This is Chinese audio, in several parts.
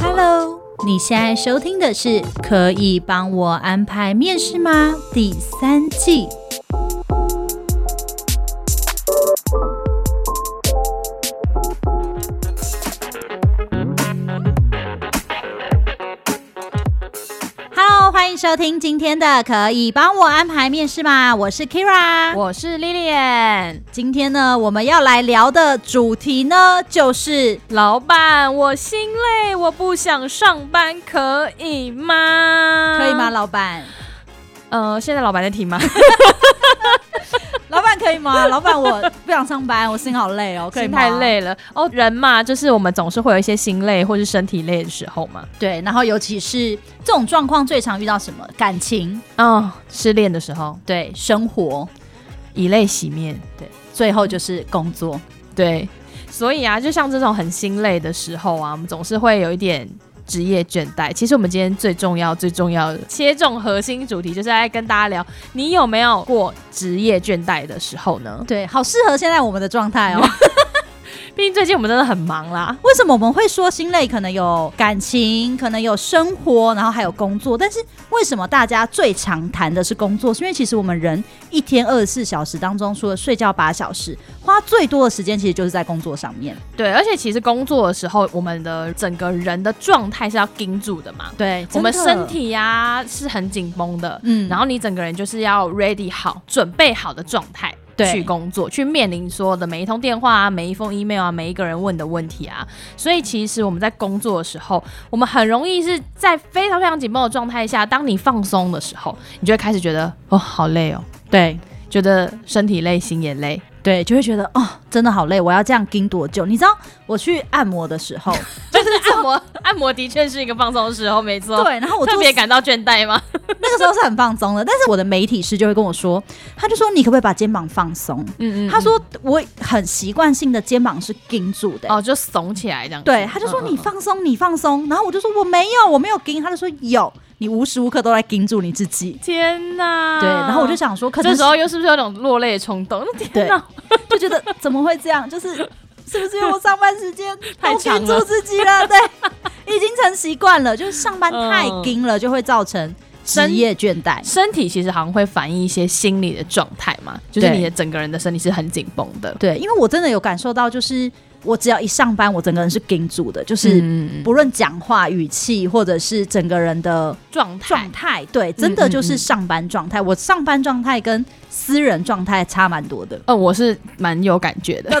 Hello，你现在收听的是《可以帮我安排面试吗》第三季。Hello，欢迎收听今天的《可以帮我安排面试吗》，我是 Kira，我是 Lilian，今天呢，我们要来聊的主题呢，就是老板，我心累，我不想上班，可以吗？可以吗，？老板？呃，现在老板在 听吗？老板可以 吗？老板，我不想上班，我心好累哦，可以心吗？太。累了哦，人嘛，就是我们总是会有一些心累或是身体累的时候嘛。对，然后尤其是这种状况最常遇到什么？感情，哦，失恋的时候，对，生活，以泪洗面，对，最后就是工作。对。所以啊，就像这种很心累的时候啊，我们总是会有一点。职业倦怠，其实我们今天最重要、最重要的切中核心主题，就是来跟大家聊，你有没有过职业倦怠的时候呢？对，好适合现在我们的状 态哦。毕竟最近我们真的很忙啦，为什么我们会说心累？可能有感情，可能有生活，然后还有工作。但是为什么大家最常谈的是工作？是因为其实我们人一天二十四小时当中，除了睡觉八小时，花最多的时间其实就是在工作上面。对，而且其实工作的时候，我们的整个人的状态是要盯住的嘛，对，我们真的身，体呀、是很紧绷的，嗯然后你整个人就是要 ready 好、准备好的状态。对去工作，去面临所有的每一通电话啊，每一封 email 啊，每一个人问的问题啊，所以其实我们在工作的时候，我们很容易是在非常非常紧绷的状态下，当你放松的时候，你就会开始觉得哦，好累哦，对。觉得身体累，心也累，对，就会觉得哦，真的好累，我要这样盯多久？你知道我去按摩的时 候，就是按摩，按摩的确是一个放松的时候，没错。，对，然后我特做别感到倦怠吗？ 那个时候是很放松的，但是我的媒体师就会跟我说，他就说你可不可以把肩膀放松？嗯他说我很习惯性的肩膀是盯住的、哦，嗯就耸起来这样子。对，他就说你放松，你放松，然后我就说我没有，我没有盯，他就说有，你无时无刻都在盯住你自己。天哪！对，然后我就，想说，可能啊这是时候又是不是有种落泪的冲动？ 天对哪！ 就觉得怎么会这样？就是是不是因为我上班时间 太长盯了住自己 了？对，已经成习惯了，就是上班太盯了，就会造成职业倦怠。身体其实好像会反映一些心理的状态嘛，就是对你的整个人的身体是很紧绷的。对，因为我真的有感受到，就是我只要一上班，我整个人是盯住的，就是嗯，不论讲话语气，或者是整个人的状态状态，嗯对，真的就是上班状态。我上班状态跟私人状态差蛮多 的。呃，我是蛮有感觉的。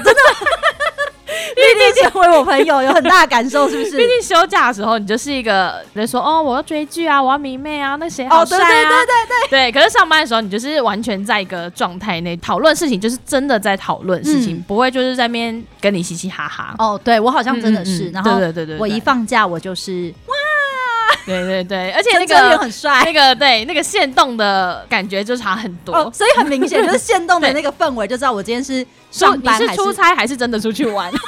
丽丽成为我朋友有很大的感受，是不 毕是？竟休假的时候，你就是一个人说哦，我要追剧啊，我要迷妹啊，那谁好哦，对帅对啊，对对，对，可是上班的时候，你就是完全在一个状态内讨论事情，就是真的在讨论事情，嗯不会就是在那边跟你嘻嘻哈哈。哦，对我好像真的是。嗯嗯嗯然后对对对对，我一对放假，我就是对对 对，而且那陈哲远个很帅那个对那个线动的感觉就差很多。哦，所以很明 显就是现动的那个氛围，就知道我今天是出上你班是还是出差还是真的出去玩？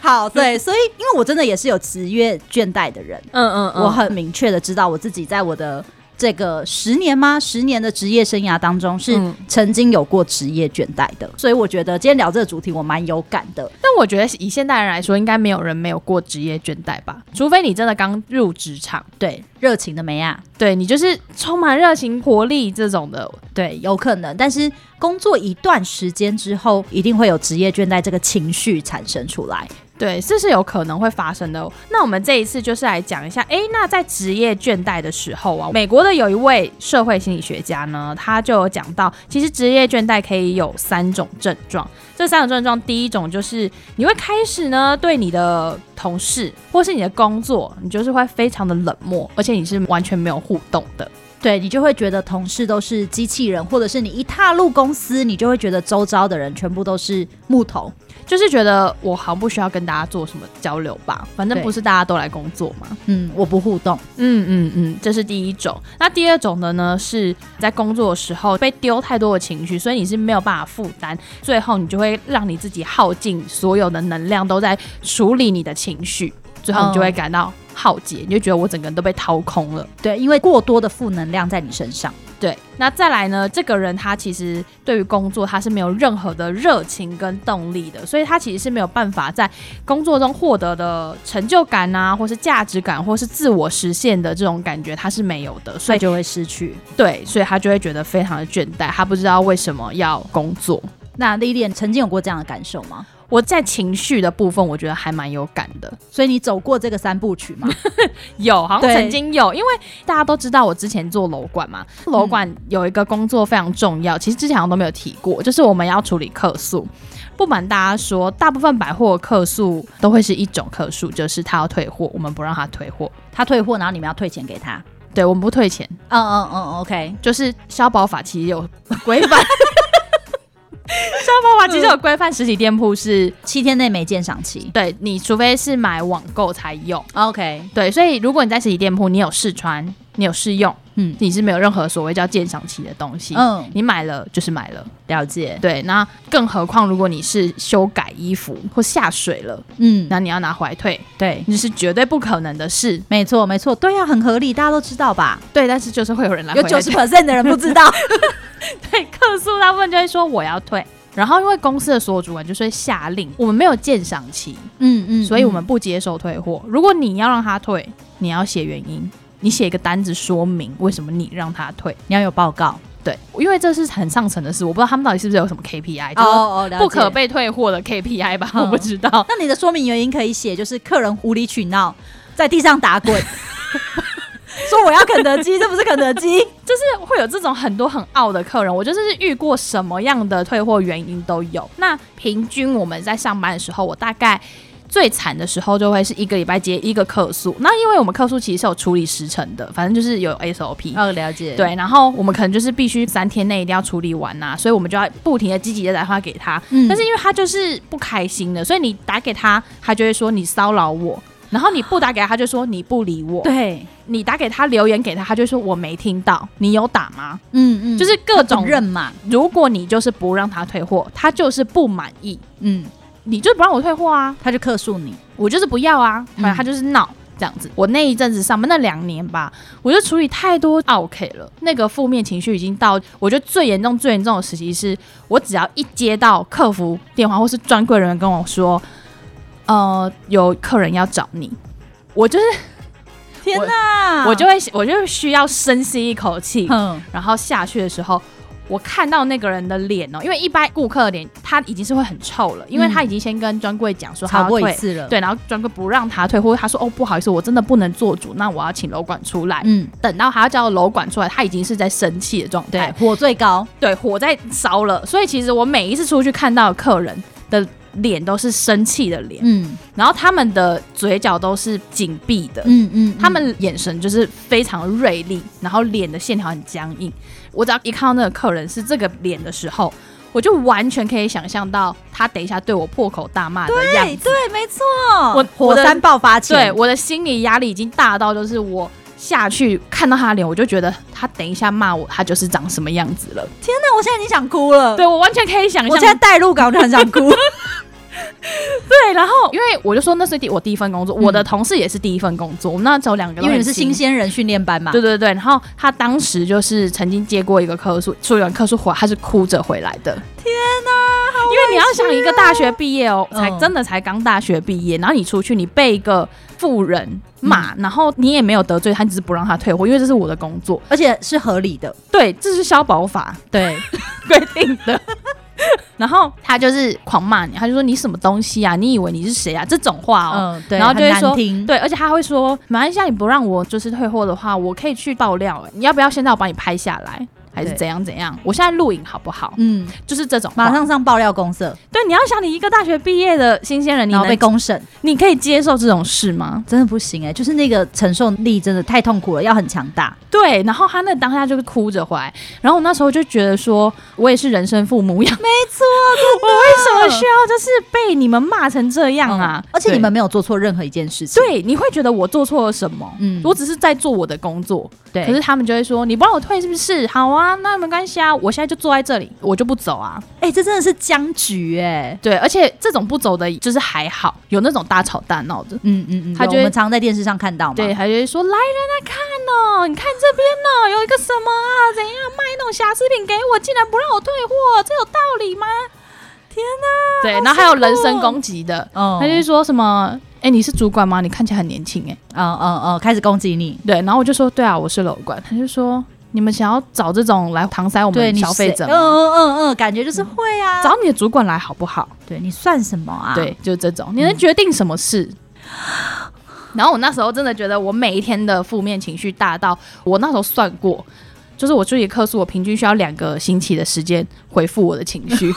好。对，所以因为我真的也是有职业倦怠的人，嗯嗯我很明确的知道我自己在我的这个十年吗？十年的职业生涯当中是嗯曾经有过职业倦怠的，所以我觉得今天聊这个主题我蛮有感的。但我觉得以现代人来说，应该没有人没有过职业倦怠吧？除非你真的刚入职场，对，热情的梅啊亚，对你就是充满热情、活力这种的。对，有可能，但是工作一段时间之后，一定会有职业倦怠这个情绪产生出来。对，这是有可能会发生的哦、那我们这一次就是来讲一下，诶，那在职业倦怠的时候啊，美国的有一位社会心理学家呢，他就有讲到，其实职业倦怠可以有三种症状。这三种症状，第一种就是你会开始呢对你的同事或是你的工作，你就是会非常的冷漠，而且你是完全没有互动的。对你就会觉得同事都是机器人，或者是你一踏入公司，你就会觉得周遭的人全部都是木头。就是觉得我好像不需要跟大家做什么交流吧，反正对不是大家都来工作嘛。嗯，我不互动。嗯嗯嗯，这是第一种。那第二种的呢，是在工作的时候被丢太多的情绪，所以你是没有办法负担，最后你就会让你自己耗尽所有的能量，都在处理你的情绪，最后你就会感到耗竭，你就觉得我整个人都被掏空了。对，因为过多的负能量在你身上。对，那再来呢？这个人他其实对于工作他是没有任何的热情跟动力的，所以他其实是没有办法在工作中获得的成就感啊，或是价值感，或是自我实现的这种感觉，他是没有的。所所以以就会失去。对，所以他就会觉得非常的倦怠，他不知道为什么要工作。那 Lilian 曾经有过这样的感受吗？我在情绪的部分，我觉得还蛮有感的。所以你走过这个三部曲 吗？有，好像对曾经有，因为大家都知道我之前做楼管嘛，楼管有一个工作非常重要，其实之前好像都没有提过，就是我们要处理客诉。不瞒大家说，大部分百货客诉都会是一种客诉，就是他要退货，我们不让他退货，他退货，然后你们要退钱给他。对我们不退钱，嗯嗯嗯，OK，就是消保法其实有规 范。消保法其实有规范，实体店铺是七天内没鉴赏期。对你，除非是买网购才有。 OK，对，所以如果你在实体店铺，你有试穿，你有试用，嗯你是没有任何所谓叫鉴赏期的东西。嗯，你买了就是买了，了解。对。那更何况如果你是修改衣服或下水了，嗯，那你要拿回来退，对，那是绝对不可能的事。没错没错，对啊，很合理，大家都知道吧？对，但是就是会有人来回有来九十 percent 的人不知 道。退客诉，大部分就会说我要退。然后因为公司的所有主管就是会下令，我们没有鉴赏期，嗯嗯所以我们不接受退货。如果你要让他退，你要写原因，你写一个单子说明为什么你让他退。你要有报告。对，因为这是很上层的事，我不知道他们到底是不是有什么 KPI，就是哦，了不可。被退货的 KPI 吧，嗯我不知道。那你的说明原因可以写，就是客人无理取闹，在地上打滚， 说我要肯德基，这不是肯德 基。就是会有这种很多很傲的客人，我就是遇过什么样的退货原因都有。那平均我们在上班的时候，我大概。最惨的时候就会是一个礼拜接一个客诉，那因为我们客诉其实是有处理时程的，反正就是有 SOP，、哦，了解对，对，然后我们可能就是必须三天内一定要处理完呐、所以我们就要不停的积极的打电话给他，嗯但是因为他就是不开心的，所以你打给他，他就会说你骚扰我。然后你不打给他，他就说你不理我；对，你打给他留言给他，他就说我没听到，你有打吗？嗯嗯，就是各种认嘛，如果你就是不让他退货，他就是不满意，嗯，你就不让我退货啊，他就克诉你。我就是不要啊，嗯反正他就是闹。这样子，我那一阵子上班那两年吧，我就处理太多 OK 了，那个负面情绪已经到，我觉得最严重、最严重的时期是，我只要一接到客服电话或是专柜人员跟我说，呃，有客人要找你，我就是、天哪我就会我就需要深吸一口气，嗯然后下去的时候，我看到那个人的脸哦，因为一般顾客的脸他已经是会很臭了，因为嗯他已经先跟专柜讲说他吵要过退一。次了。，对，然后专柜不让他退，或者他说哦不好意思，我真的不能做主，那我要请楼管出来。嗯，等到他要叫楼管出来，他已经是在生气的状对态，，火最高。对，火在烧了。所以其实我每一次出去看到的客人的脸都是生气的脸，嗯然后他们的嘴角都是紧闭的，嗯嗯，他们眼神就是非常锐利，然后脸的线条很僵硬。我只要一看到那个客人是这个脸的时候，我就完全可以想象到他等一下对我破口大骂的样对子。对，没错，我火我的山爆发对前，我的心理压力已经大到，就是我下去看到他的脸，我就觉得他等一下骂我，他就是长什么样子了。天哪，我现在已经想哭了。呃对我完全可以想我现在象。带入感，我就很想哭。 对，然后因为我就说那是第我第一份工作，嗯我的同事也是第一份工作，我们那时候两个都因为很你是新鲜人训练班嘛，对对对，然后他当时就是曾经接过一个客诉，处理完客诉回来，他是哭着回来的。因为你要想一个大学毕业哦，嗯才真的才刚大学毕业，然后你出去，你被一个富人骂，然后你也没有得罪他，你只是不让他退货，因为这是我的工作。而且是合理的。对，这是消保法对，规定的。然后他就是狂骂你，他就说你什么东西啊？你以为你是谁啊？这种话哦，嗯，对，然后就会很难说听对，而且他会说，马来西亚你不让我就是退货的话，我可以去爆料、欸你要不要现在我把你拍下来，还是对怎样怎样？我现在录影好不好？嗯，就是这种话，马上上爆料公社， 对，你要想你一个大学毕业的新鲜人，你然后被能公审，你可以接受这种事吗？真的不行哎、就是那个承受力真的太痛苦了，要很强大。对，然后他那当下就是哭 着回来，然后我那时候就觉得说，我也是人生父母养，没错，我为什么的需要就是被你们骂成这样啊！嗯而且对你们没有做错任何一件事情。，对你会觉得我做错了什么？嗯我只是在做我的工作，对可是他们就会说：“你不让我退是不是？好啊，那没关系啊，我现在就坐在这里，我就不走啊。哎、这真的是僵局哎、”对，而且这种不走的，就是还好，有那种大吵大闹的，嗯嗯嗯，他有就会我们常在电视上看到嘛。对，还就会说：“来人啊，看哦，你看这边哦，有一个什么啊，怎样卖那种瑕疵品给我，竟然不让我退货，这有道理吗？”天哪！对，然后还有人身攻击的，哦，他就会说什么：“哎、你是主管吗？你看起来很年轻哎、嗯嗯嗯，开始攻击你。对，然后我就说，对啊，我是楼管。他就说，你们想要找这种来搪塞我对们你消费谁者嗯吗，嗯嗯嗯，感觉就是会啊。找你的主管来好不好？对你算什么啊？对，，就是这种，你能决定什么事？然后我那时候真的觉得，我每一天的负面情绪大到，我那时候算过，就是我自己客诉，我平均需要两个星期的时间回复我的情 绪。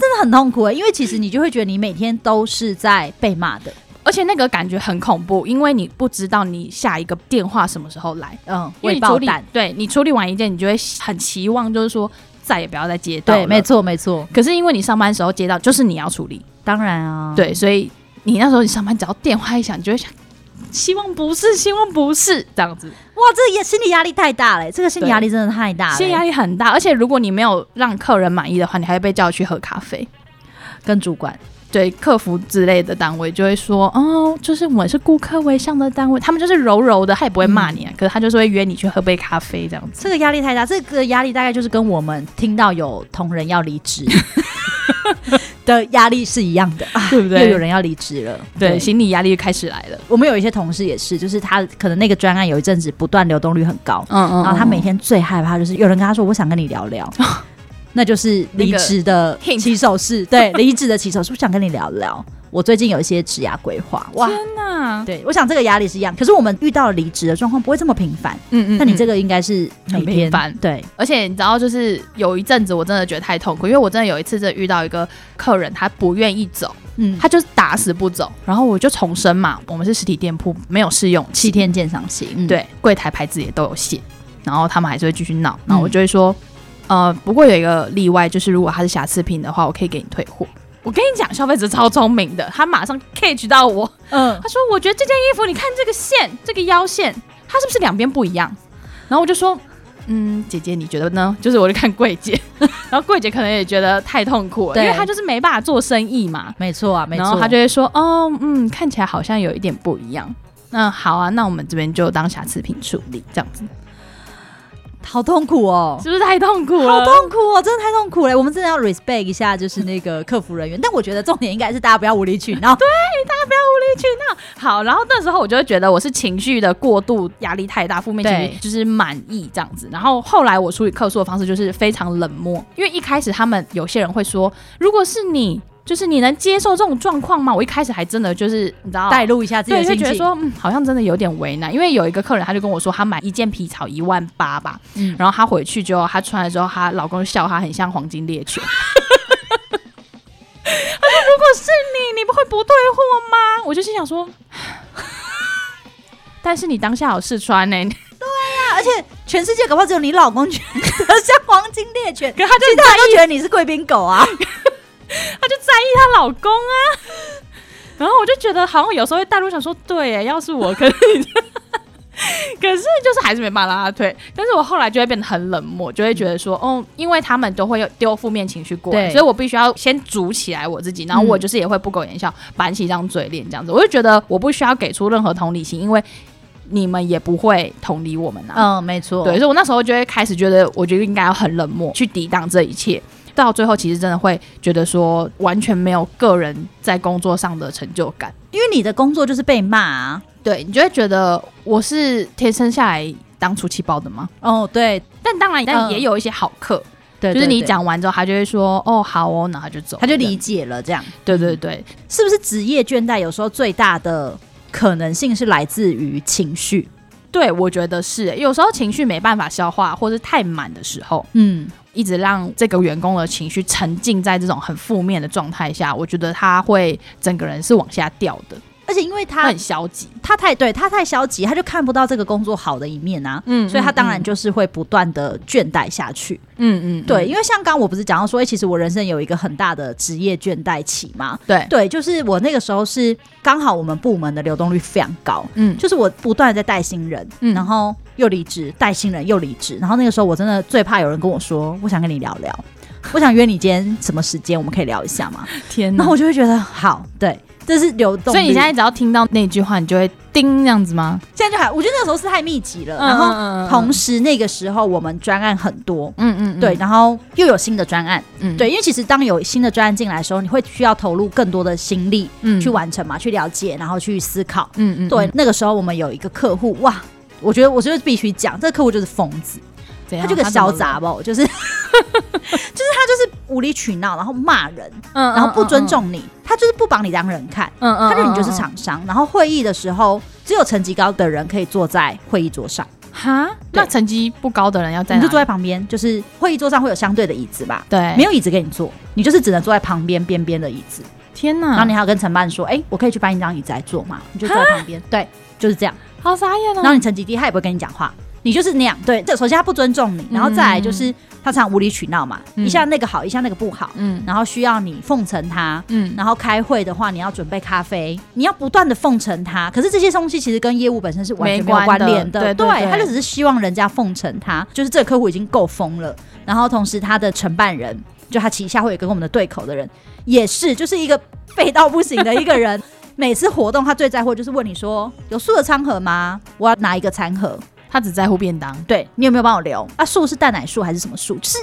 真的很痛苦哎、因为其实你就会觉得你每天都是在被骂的。而且那个感觉很恐怖，因为你不知道你下一个电话什么时候来，嗯，因为未你处爆理弹。，对你处理完一件，你就会很期望，就是说再也不要再接到了。对，没错没错，可是因为你上班时候接到，就是你要处理，当然啊。对，所以你那时候你上班只要电话一响，你就会想，希望不是，希望不是这样子，哇，这也心理压力太大了欸、这个心理啊对压力真的太大了欸、心理压力很大。而且如果你没有让客人满意的话，你还会被叫去喝咖啡。跟主管。对客服之类的单位就会说，哦，就是我们是顾客为上的单位，他们就是柔柔的，他也不会骂你啊，可是他就是会约你去喝杯咖啡这样子。这个压力太大，这个压力大概就是跟我们听到有同仁要离 职的压力是一样的，啊对不 对又有人要离职了，对，心理压力就开始来了。我们有一些同事也是，就是他可能那个专案有一阵子不断流动率很高，嗯嗯然后他每天最害怕就是有人跟他说我想跟你聊 聊，那就是离职的那个 hint 起手式，对， 离职的起手式，我想跟你聊聊，我最近有一些职涯规划，哇，天哪，对，我想这个压力是一样，可是我们遇到离职的状况不会这么频繁，嗯嗯那你嗯这个应该是每很频天繁对，而且你知道，就是有一阵子我真的觉得太痛苦，因为我真的有一次真的遇到一个客人，他不愿意走，嗯，他就是打死不走，然后我就重申嘛，我们是实体店铺，没有试用期，七天鉴赏期，嗯，对，柜台牌子也都有写，然后他们还是会继续闹，然后我就会说，呃，不过有一个例外，就是如果它是瑕疵品的话，我可以给你退货。我跟你讲，消费者超聪明的，他马上 catch 到我，嗯，他说：“我觉得这件衣服，你看这个线，这个腰线，它是不是两边不一样？”然后我就说：“嗯，姐姐，你觉得呢？”就是我就看柜姐， 然后柜姐可能也觉得太痛苦了，对因为她就是没办法做生意嘛。没错啊，没然错，后她就会说：“哦，嗯，看起来好像有一点不一样。那好啊，那我们这边就当瑕疵品处理，这样子好痛苦哦。是啊不是太痛苦好了？痛苦哦，真的太痛苦了。我们真的要 respect 一下，就是那个客服人员。但我觉得重点应该是大家不要无理取闹。对，好，然后那时候我就会觉得我是情绪的过度压力太大，负面情绪对就是满意这样子。然后后来我处理客诉的方式就是非常冷漠，因为一开始他们有些人会说，如果是你，就是你能接受这种状况吗？我一开始还真的就是你知道带。入一下自己啊对，的就心觉情。得说，嗯，好像真的有点为难，因为有一个客人，他就跟我说，他买一件皮草一万八吧，嗯然后他回去之后，他穿了之后，她老公笑他很像黄金猎犬。他说：“如果是你，你不会不退货吗？”我就心想说， 但是你当下有试穿欸 呢、而且全世界搞不好只有你老公觉得像黄金猎 犬，可他就其他人都觉得你是贵宾狗啊。她就在意她老公啊。然后我就觉得好像有时候会带入想说，对耶，要是 我可以，可是就是还是没办法拉她退。但是我后来就会变得很冷漠，就会觉得说，哦，因为他们都会有丢负面情绪过来，对所以我必须要先筑起来我自己，然后我就是也会不苟言笑，板起一张嘴脸这样子。我就觉得我不需要给出任何同理心，因为你们也不会同理我们啊。嗯，没错对，所以我那时候就会开始觉得，我觉得应该要很冷漠去抵挡这一切。到最后，其实真的会觉得说，完全没有个人在工作上的成就感。因为你的工作就是被骂啊。对你就会觉得我是天生下来当出气包的吗？哦，对但当然，但嗯也有一些好客，对，就是你对，讲完之后，他就会说：“哦，好哦，然后他就走了，对他就理解了。这样对。对对是不是职业倦怠有时候最大的可能性是来自于情绪？对，我觉得是。欸有时候情绪没办法消化，或是太满的时候，嗯，一直让这个员工的情绪沉浸在这种很负面的状态下，我觉得他会整个人是往下掉的。哎、而且因为他他很消极，他太对他太消极，他就看不到这个工作好的一面啊，嗯所以他当然，就是会不断的倦怠下去。嗯嗯，对，因为为像刚我不是讲到说，哎、其实我人生有一个很大的职业倦怠期嘛。对，对，就是我那个时候是刚好我们部门的流动率非常高，嗯就是我不断的在带新人，嗯然后又离职，带新人又离职，然后那个时候我真的最怕有人跟我说，我想跟你聊聊，我想约你今天什么时间，我们可以聊一下嘛。天然哪后！我就会觉得好，对，这是流动率。嗯所以你现在只要听到那句话，你就会叮这样子吗？现在就还，我觉得那个时候是太密集了，然嗯后嗯嗯嗯同时那个时候我们专案很多。嗯嗯嗯对，，然后又有新的专案，嗯，对，因为其实当有新的专案进来的时候，你会需要投入更多的心力嗯去，完成嘛，去了解，然后去思考。嗯嗯，对嗯，，那个时候我们有一个客户，哇，我觉得我觉得必须讲，这个客户就是疯子，他怎样就个啊怎么小了杂包，就是 就是他就是无理取闹，然后骂人，嗯然后不尊，重你，他就是不把你当人看，嗯嗯嗯，他觉得嗯你就是，厂商。然后会议的时候，只有成绩高的人可以坐在会议桌上，嗯哈，对那成绩不高的人要在你就哪坐在里哎旁边，就是会议桌上会有相对的椅子吧。对，没有有椅子给你坐，你就是只能坐在旁边边边的椅子。天然哪后你，还要跟承办说，哎、我可以去搬一张椅子来坐嘛，你就坐在旁边，对，就是这样。好傻眼然后哦，你成绩低，他也不会跟你讲话，你就是那样。对，这首先他不尊重你，然后再来就是他常常无理取闹嘛，嗯一下那个好，一下那个不好，嗯然后需要你奉承他。嗯，然后开会的话，你要准备咖啡，你要不断的奉承他。可是这些东西其实跟业务本身是完全没有没关关的联的，对对对他就只是希望人家奉承他，就是这个客户已经够疯了。然后同时他的承办人，就他旗下会有一个跟我们的对口的人，也是就是一个废到不行的一个 人。每次活动他最在乎的就是问你说有素的餐盒吗？我要拿一个餐盒，他只在乎便当，对你有没有帮我留？啊，素是蛋奶素还是什么素？就是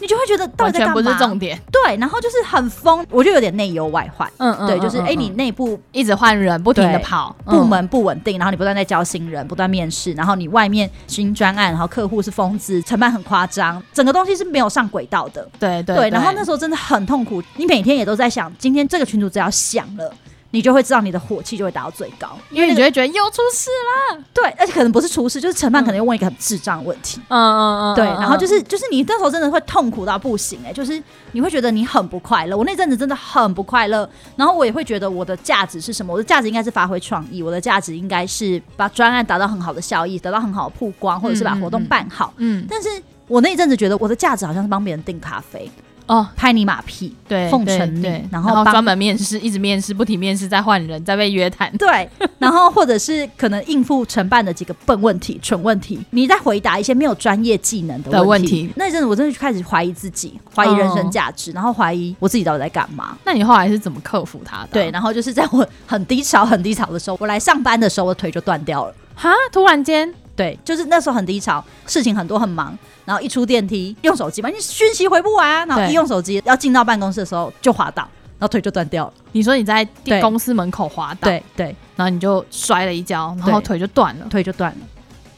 你就会觉得到完底在干全嘛？不是重点，对，然后就是很疯，我就有点内忧外患。嗯嗯，对，就是嗯哎、嗯你嗯内部一直换人，不停的对跑部嗯门不稳定，然后你不断在教新人，不断面试，然后你外面新专案，然后客户是疯子，成本很夸张，整个东西是没有上轨道的。对对然后那时候真的很痛苦，你每天也都在想，今天这个群主只要响了。你就会知道你的火气就会达到最高，因为你那就个会觉得又出事了，对，而且可能不是厨师，就是承办可能又问一个很智障的问题，嗯嗯嗯对，然后就是就是你那时候真的会痛苦到不行哎、就是你会觉得你很不快乐。我那阵子真的很不快乐，然后我也会觉得我的价值是什么？我的价值应该是发挥创意，我的价值应该是把专案达到很好的效益，得到很好的曝光，或者是把活动办好。嗯但是我那一阵子觉得我的价值好像是帮别人订咖啡、哦拍你马屁，对，奉对承你对然然后帮专门面试，一直面试，不停面试，再换人，再被约谈， 对，然后或者是可能应付承办的几个笨问题、蠢问题，你在回答一些没有专业技能的的问问题。嗯题那一阵子我真的就开始怀疑自己，怀疑人生价值，然后怀疑我自己到底在干嘛。那你后来是怎么克服他的？啊对，，然啊后就是在我很低潮、很低潮的时候，我来上班的时候，我腿就断掉了。哈，突然间，对，就是那时候很低潮，事情很多，很忙，然后一出电梯用手机嘛，你讯息回不完啊，然后对一用手机要进到办公室的时候就滑倒，然后腿就断掉了。你说你在地对公司门口滑倒，对对，然后你就摔了一跤，然后对腿就断了。腿就断了，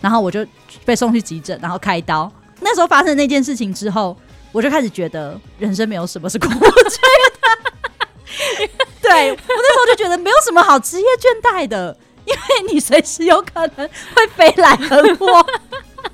然后我就被送去急诊，然后开刀。那时候发生那件事情之后，我就开始觉得人生没有什么是过不去的。 对我那时候就觉得没有什么好职业倦怠的，因为你随时有可能会飞来横祸。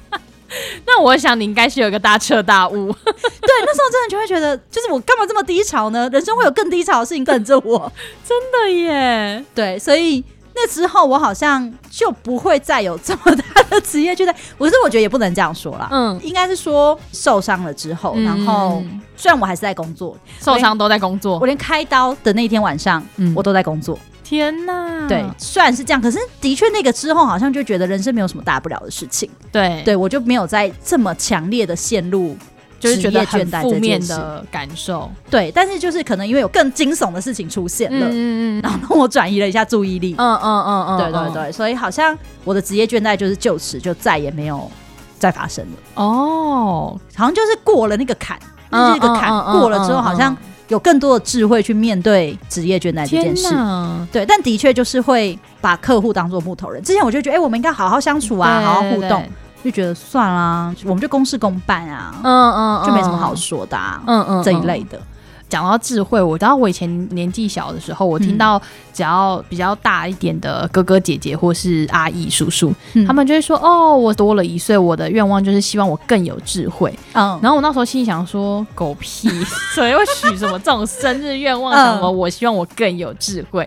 那我想你应该是有一个大彻大悟， 对，那时候真的就会觉得，就是我干嘛这么低潮呢？人生会有更低潮的事情等着我。真的耶。对，所以那之后我好像就不会再有这么大的职业倦怠。可是我觉得也不能这样说啦，嗯，应该是说受伤了之后，然后嗯虽然我还是在工作，受伤都在工作我，连开刀的那天晚上嗯我都在工作。天哪，对，虽然是这样，可是的确那个之后好像就觉得人生没有什么大不了的事情，对，对我就没有再这么强烈的陷入。就是觉得职业很倦怠负这件面事的感受。对，但是就是可能因为有更惊悚的事情出现了，嗯嗯然后让我转移了一下注意力。嗯嗯嗯，对对对，所以好像我的职业倦怠就是就此就再也没有再发生了，哦，好像就是过了那个坎，那就是一个坎嗯嗯嗯过了之后，嗯嗯好像有更多的智慧去面对职业倦怠这天件事。哪，对，但的确就是会把客户当做木头人。之前我就觉得，哎、我们应该好好相处啊，对好好对互对动，就觉得算啦、我们就公事公办啊，嗯嗯，就没什么好说，说的、啊，嗯嗯，这一嗯类的。讲到智慧，我知道我以前年纪小的时候，我嗯听到只要比较大一点的哥哥姐姐或是阿姨叔叔，嗯他们就会说：“哦，我多了一岁，我的愿望就是希望我更有智慧。”嗯， 然后我那时候心里想说：“狗 屁，谁会许什么这种生日愿望？什么我希望我更有智慧？”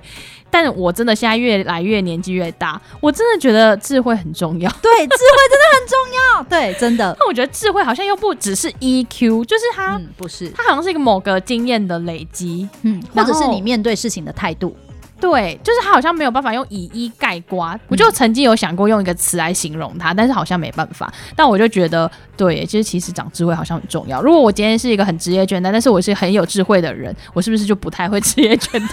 但我真的现在越来越年纪越大，我真的觉得智慧很重要。 对，智慧真的很重要。对，真的，但我觉得智慧好像又不只是 EQ，就是它，嗯，不是，它好像是一个某个经验的累积。嗯，或然后者是你面对事情的态度，对，就是它好像没有办法用以一概括。我就曾经有想过用一个词来形容它，但是好像没办法。但我就觉得，对，就是其实长智慧好像很重要。如果我今天是一个很职业倦怠，但是我是很有智慧的人，我是不是就不太会职业倦怠？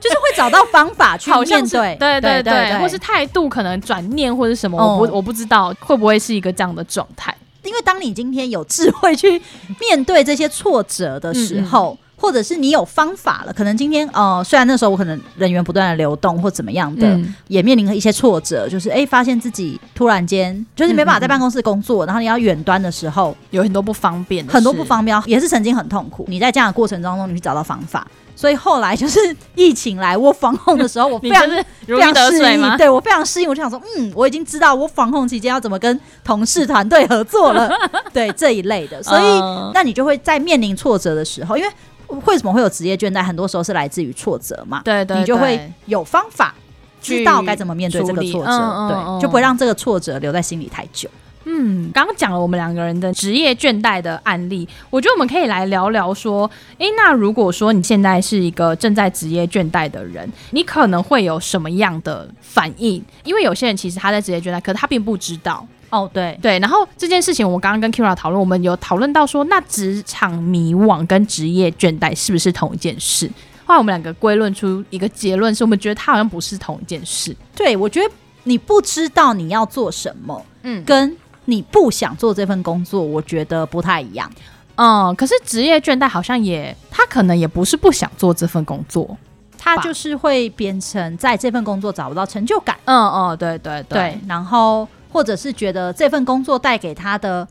就是会找到方法 去好像面是对， 对对对对，或是态度可能转念或者什么，我哦不我不知道会不会是一个这样的状态。因为当你今天有智慧去面对这些挫折的时嗯候，或者是你有方法了，可能今天呃，虽然那时候我可能人员不断的流动或怎么样的，嗯也面临了一些挫折，就是哎、诶发现自己突然间就是没办法在办公室工作，然后你要远端的时候，有很多不方便的事，很多不方便，也是曾经很痛苦。你在这样的过程当中，你去找到方法。所以后来就是疫情来我防控的时候，我非你常就是如非鱼常得适水应吗？对我非常适应，我就想说，嗯，我已经知道我防控期间要怎么跟同事团队合作 了，对这一类的，所以、嗯那你就会在面临挫折的时候，因为为什么会有职业倦怠，很多时候是来自于挫折嘛，对对，你就对会有方法。去知道该怎么面对这个处理挫折，嗯嗯嗯对，就不会让这个挫折留在心里太久。嗯，刚刚讲了我们两个人的职业倦怠的案例，我觉得我们可以来聊聊说，诶，那如果说你现在是一个正在职业倦怠的人，你可能会有什么样的反应？因为有些人其实他在职业倦怠，可是他并不知道。哦，对，对，然后这件事情我刚刚跟 Kira 讨论，我们有讨论到说，那职场迷惘跟职业倦怠是不是同一件事？后来我们两个归论出一个结论，是我们觉得它好像不是同一件事。对我觉得你不知道你要做什么，嗯跟你不想做这份工作，我觉得不太一样。嗯，可是职业倦怠好像也，他可能也不是不想做这份工作。它吧就是会变成在这份工作找不到成就感，嗯嗯，对对对，然后或者是觉得这份工作带给他的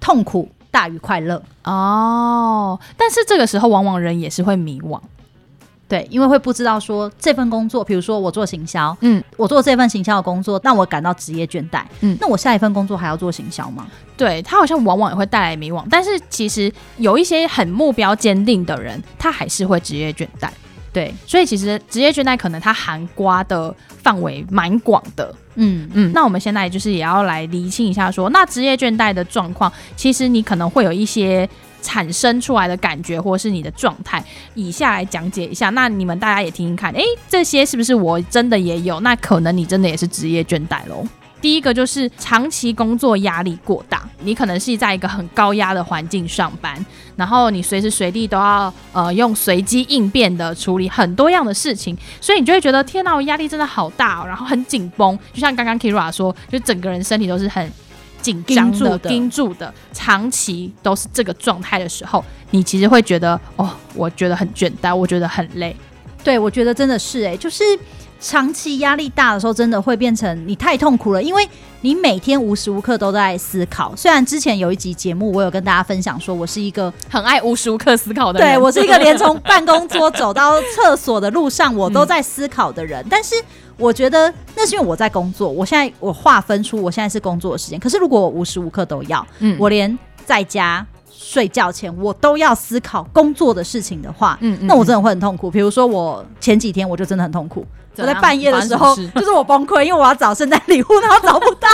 痛苦大于快乐，哦，但是这个时候往往人也是会迷惘。对，因为会不知道说这份工作，比如说我做行销，嗯，我做这份行销的工作，让我感到职业倦怠，嗯那我下一份工作还要做行销吗？对他好像往往也会带来迷惘，但是其实有一些很目标坚定的人，他还是会职业倦怠。对，所以其实职业倦怠可能它涵刮的范围蛮广的。嗯，嗯，那我们现在就是也要来厘清一下说那职业倦怠的状况，其实你可能会有一些。产生出来的感觉，或是你的状态，以下来讲解一下。那你们大家也听听看，诶，这些是不是我真的也有？那可能你真的也是职业倦怠喽。第一个就是长期工作压力过大，你可能是在一个很高压的环境上班，然后你随时随地都要呃用随机应变的处理很多样的事情，所以你就会觉得天呐，我压力真的好大、哦，然后很紧绷，就像刚刚 Kira 说，就整个人身体都是很紧张盯住的、的盯住的，长期都是这个状态的时候，哦你其实会觉得哦，我觉得很倦怠，我觉得很累，对，我觉得真的是哎、就是长期压力大的时候，真的会变成你太痛苦了，因为你每天无时无刻都在思考。虽然之前有一集节目，我有跟大家分享说我是一个，很爱无时无刻思考的人。对我是一个连从办公桌走到厕所的路上，我都在思考的人，但是。我觉得那是因为我在工作，我现在我划分出我现在是工作的时间。可是如果我无时无刻都要，嗯我连在家睡觉前我都要思考工作的事情的话，嗯嗯那我真的会很痛苦。比如说我前几天我就真的很痛苦，我怎在样半夜的时候发生什么就是我崩溃，因为我要找圣诞礼物，然后找 不到。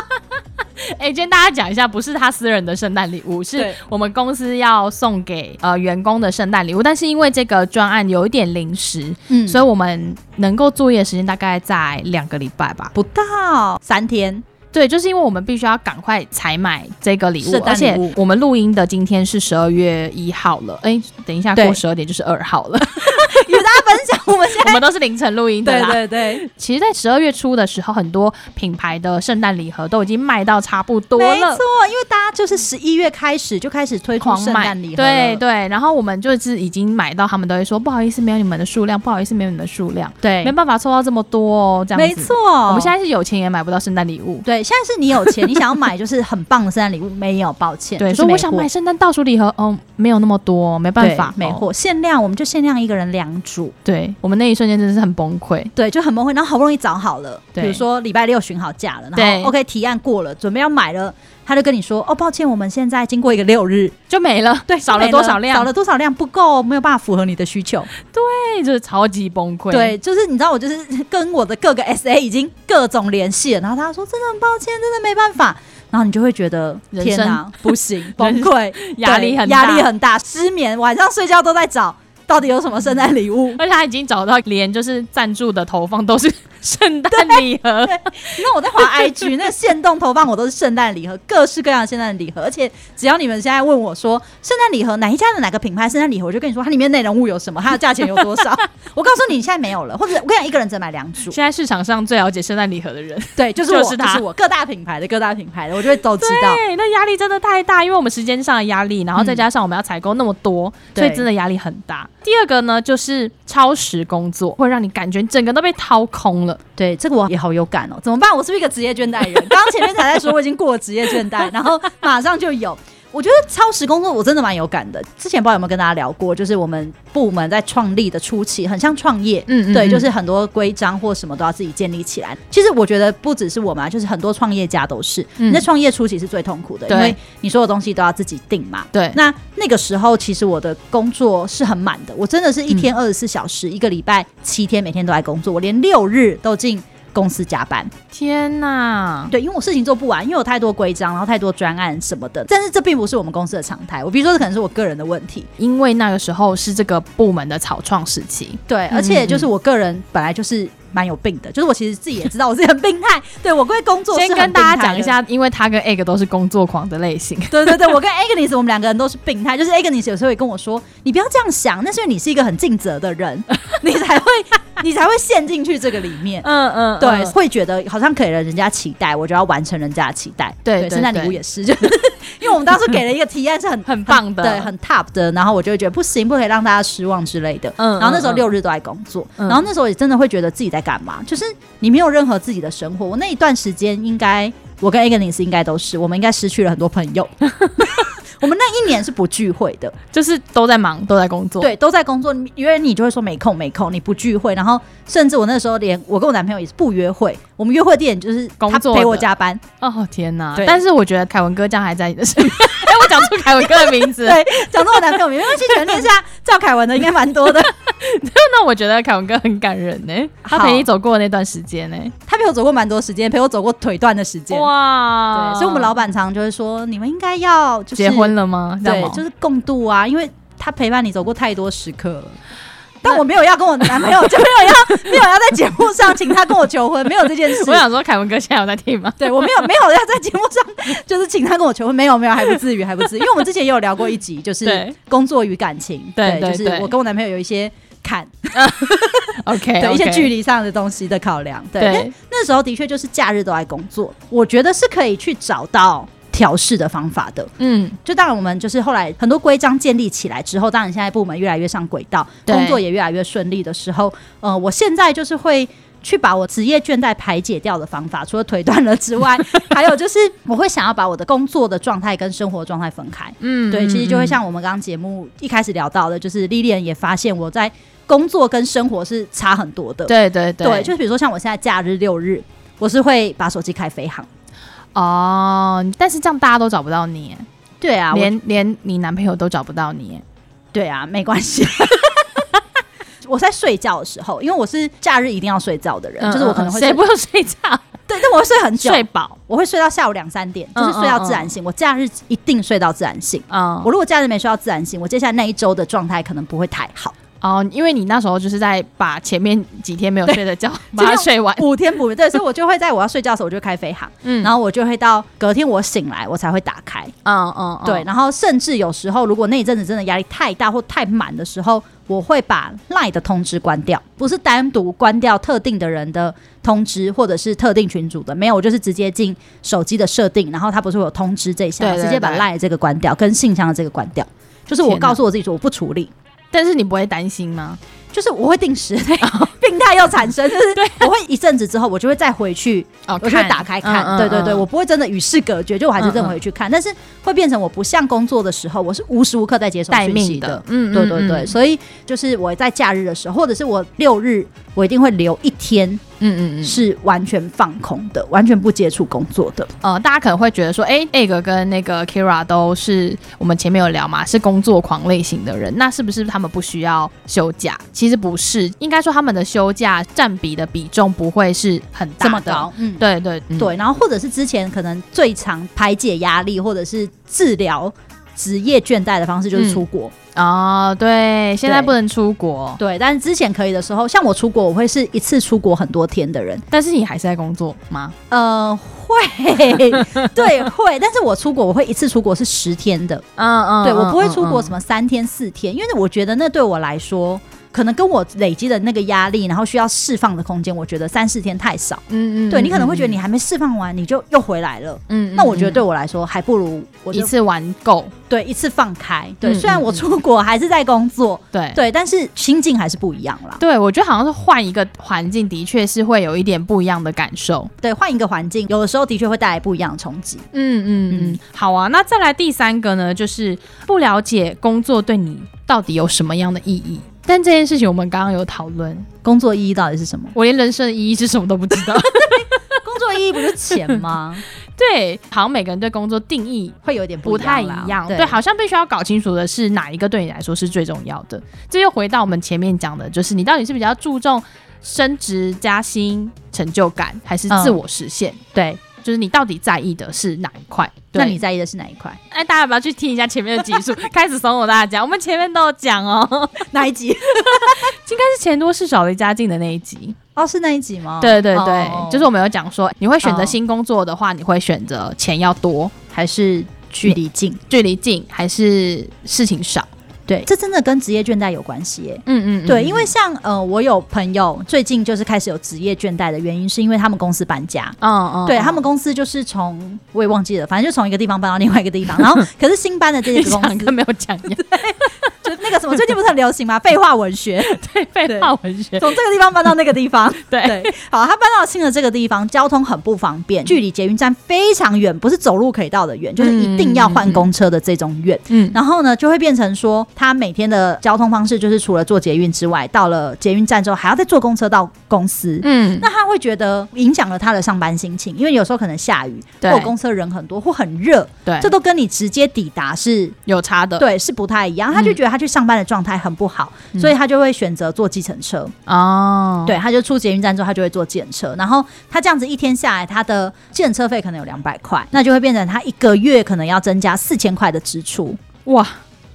哎、今天大家讲一下，不是他私人的圣诞礼物，是对我们公司要送给呃员工的圣诞礼物。但是因为这个专案有一点临时，嗯所以我们能够作业的时间大概在两个礼拜吧。不到三天， 对，就是因为我们必须要赶快采买这个礼物，圣诞而且礼物我们录音的今天是十二月一号了。哎、等一下对过十二点就是二号了， 与大家分享我们现我们都是凌晨录音的在啦。对，其实，在十二月初的时候，很多品牌的圣诞礼盒都已经卖到差不多没了错。，因为大家就是十一月开始就开始推出狂圣买诞礼，盒对了，对，然后我们就是已经买到，他们都会说不好意思，没有你们的数量，不好意思，没有你们的数量，对没办法抽到这么多哦，这样没子。错，我我们现在是有钱也买不到圣诞礼物，对现在是你有钱，你想要买就是很棒的圣诞礼物，没有，抱歉，对，就是说没我想货买圣诞倒数礼盒，哦，没有那么多，没办对法，没哦。货，限量，我们就限量一个人两组。对我们那一瞬间真的是很崩溃，对，就很崩溃，然后好不容易找好了，比对如说礼拜六询好价了，对然后 OK 提案过了，准备要买了，他就跟你说：“哦，抱歉，我们现在经过一个六日，就没了，对，少了没多少量，少了多少量不够，没有办法符合你的需求。对，哎就是超级崩溃，对，就是你知道，我就是 跟我的各个 SA 已经各种联系了，然后他说真的很抱歉，真的没办法，然后你就会觉得人天哪， 不行，崩溃，压力对很大。压力很大，失眠，晚上睡觉都在找到底有什么圣诞礼物 而且他已经找到连就是赞助的投放都是 圣诞礼盒，你看我在滑 IG，那个限动投放我都是圣诞礼盒，各式各样的圣诞礼盒，而且只要你们现在问我说圣诞礼盒哪一家的哪个品牌圣诞礼盒，我就跟你说它里面内容物有什么，它的价钱有多 少。我告诉你，你现在没有了，或者我跟你讲，一个人只能买两组。现在市场上最了解圣诞礼盒的人，对，就是就我，是他我各大品牌的各大品牌的，我就会都知道。嗯对，那压力真的太大，因为我们时间上的压力，然后再加上我们要采购那么多，所对以真的压力很大。第二个呢，就是超时工作，会让你感觉整个都被掏空了。对，这个我也好有感哦。怎么办？我是不是一个职业倦 怠人？刚刚前面才在说我已经过了职业倦怠，然后马上就有。 我觉得超时工作我真的蛮有感的。之前不知道有没有跟大家聊过，就是我们部门在创立的初期，很像创业。嗯对，就是很多规章或什么都要自己建立起来。其实我觉得不只是我们啊，就是很多创业家都是。嗯你在创业初期是最痛苦的，因对为你所有东西都要自己定嘛。对，那那个时候，其实我的工作是很满的，我真的是一嗯天二十四小时，一个礼拜七天，每天都在工作，我连六日都进。公司加班，天哪，对，因为我事情做不完，因为有太多规章，然后太多专案什么的。但是这并不是我们公司的常态。我比如说，这可能是我个人的问题，因为那个时候是这个部门的草创时期，对，嗯而且就是我个人本来就是蛮有病的，就是我其实自己也知道我自己很病态。对我对工作是先很跟大病家态的讲一，下，因为他跟 Egg 都是工作狂的类型。 对对对，我跟 Agnes 我们两个人都是病态，就是 Agnes 有时候也跟我说，你不要这样想，那是因为你是一个很尽责的人，你才会你才会陷进去这个里面。嗯嗯对，会觉得好像给了人家期待，我就要完成人家的期待。对对圣诞礼对物也是，就是因为我们 当时给了一个提案是很很棒的对，很 top 的，然后我就会觉得不行，不可以让大家失望之类的。嗯然后那时候嗯嗯六日都在工作，嗯然后那时候也真的会觉得自己在干嘛，就是你没有任何自己的生活。我那一段时间应该，我跟 Agnes 应该都是，我们应该失去了很多朋友。 我们那一年是不聚会的，就是都在忙，都在工作。对，都在工作，因为你就会说没空没空，你不聚会，然后甚至我那时候连我跟我男朋友也是不约会，我们约会地点就是工他作陪我的加班，哦天哪！对但是我觉得凯文哥这样还在你 的身边。哎，我讲出凯文哥的名字，对，讲到我男朋友没关系，全天下赵凯文的应该蛮多的， 那我觉得凯文哥很感人呢、他好陪你走过那段时间呢、他陪我走过蛮多时间，陪我走过腿断的时间，哇对，所以我们老板常常就会说，你们应该要就是结婚了吗？这样对吗，就是共度啊，因为他陪伴你走过太多时刻了。但我没有要跟我男朋友，就没有要没有要在节目上请他跟我求婚，没有这件事。我想说，凯文哥现在有在听吗？ 对我没有没有要在节目上就是请他跟我求婚，没有没有还不至于还不至于，因为我们之前也有聊过一集，就是对工作与感情，对对就是对我跟我男朋友有一些坎， 哎，OK，对一些距离，离上的东西的考量，对，对但那时候的确就是假日都在工作，我觉得是可以去找到调试的方法的。嗯，就当然我们就是后来很多规章建立起来之后，当然现在部门越来越上轨道，对工作也越来越顺利的时候，呃，我现在就是会。去把我职业倦怠排解掉的方法，除了腿断了之 外，还有就是我会想要把我的工作的状态跟生活状态分开。嗯，对，其实就会嗯像我们刚刚节目一开始聊到的，就是莉莉安也发现我在工作跟生活是差很多的。嗯对对对，对，就比如说像我现在假日六日，我是会把手机开飞行。哦，但是这样大家都找不到你、对啊，我连连你男朋友都找不到你、对啊，没关系。 我在睡觉的时候，因为我是假日一定要睡觉的人，嗯就是我可能会谁睡不用嗯睡觉，对，但我会睡很久，睡嗯饱，我会睡到下午两三点，就是睡到自然醒。我假日一定睡到自然醒。嗯我，如果假日没睡到自然醒，我接下来那一周的状态可能不会太好。哦，因为你那时候就是在把前面几天没有对睡 的觉把它睡完，五天不对，所以我就会在我要睡觉的时候，我就开飞行，哎嗯然后我就会到隔天我醒来，我才会打开。嗯嗯，嗯哦对，，然后甚至有时候，如果那一阵子真的压力太大或太满的时候，我会把 LINE 的通知关掉，不是单独关掉特定的人的通知或者是特定群组的，没有，我就是直接进手机的设定，然后它不是会有通知这一项，对对直接把对 LINE 这个关掉，跟信箱的这个关掉，就是我天哪告诉我自己说我不处理。但是你不会担心吗？就是我会定时， 病态又产生，就是我会一阵子之后，我就会再回去哦我就会打开看，对嗯对对，我不会真的与世隔绝，就我还是认回去看，但是会变成我不像工作的时候，我是无时无刻在接收嗯待讯息命的。嗯，对对对，所以就是我在假日的时候，或者是我六日，我一定会留一天嗯嗯嗯，是完全放空的，完全不接触工作的。呃，大家可能会觉得说，哎、那 egg 跟那个 Kira 都是我们前面有聊嘛，是工作狂类型的人，那是不是他们不需要休假？其实不是，应该说他们的休假占比的比重不会是很大这么的。高，嗯，对对嗯对，然后或者是之前可能最常排解压力或者是治疗职业倦怠的方式嗯就是出国，哦，对，现在对不能出国，对，但是之前可以的时候，像我出国，我会是一次出国很多天的人，但是你还是在工作吗？呃，会，对， 会，但是我出国我会一次出国是十天的，嗯嗯对我不会出国什么。么三天四天，因为我觉得那对我来说。可能跟我累积的那个压力，然后需要释放的空间，我觉得三四天太少。嗯嗯，对你可能会觉得你还没释放完，你就又回来了。嗯，嗯那我觉得对嗯我来说，还不如我就一次玩够，对，一次放开。对，嗯虽然嗯我嗯出国还是在工作，对对，但是心境还是不一样啦。对，我觉得好像是换一个环境，的确是会有一点不一样的感受。对，换一个环境，有的时候的确会带来不一样的冲击。嗯嗯嗯，好啊。那再来第三个呢，就是不了解工作对你到底有什么样的意义。但这件事情我们刚刚有讨论，？工作意义到底是什么我连人生的意义是什么都不知道。工作意义不就是钱吗？ 对，好像每个人对工作定义会有点不一太样一啦样，对，对，好像必须要搞清楚的是哪一个对你来说是最重要的。这又回到我们前面讲的，就是你到底是比较注重升职加薪、成就感，还是嗯自我实现？对，就是你到底在意的是哪一块？那对你在意的是哪一块？哎，大家要不要去听一下前面的集数？开始怂恿大家讲，我们前面都有讲哦， 哪一集？但是钱多事少离家近的那一集。 哦，是那一集吗？对对对，哦就是我们有讲说，你会选择哦新工作的话，你会选择钱要多，还是距离近。距离近，还是事情少？对，这真的跟职业倦怠有关系耶。嗯嗯，对，因为像呃，我有朋友最近就是开始有职业倦怠的原因，是因为他们公司搬家，嗯嗯，对他们公司就是从我也忘记了，反正就从一个地方搬到另外一个地 方，然后可是新搬的这 你个公讲 司，跟没有 讲一样，就那个什么最近不是很流行吗？废话文 学，对，废话文学，从这个地方搬到那个地方。对，对，好，他搬到新的这个地方，交通很不方便，距离捷运站非常远，不是走路可以到的远，就是一定要换公车的这种远。嗯然后呢，就会变成说，他每天的交通方式就是除了坐捷运之外，到了捷运站之后还要再坐公车到公司。嗯，那他会觉得影响了他的上班心情，因为有时候可能下雨，对或公车人很多，或很热，对，这都跟你直接抵达是呃有差的，对是不太一样。他就觉得他去上班的状态很不好，嗯所以他就会选择坐计程车。哦，对，他就出捷运站之后，他就会坐计程车，然后他这样子一天下来，他的计程车费可能有两百块，那就会变成他一个月可能要增加四千块的支出。哇，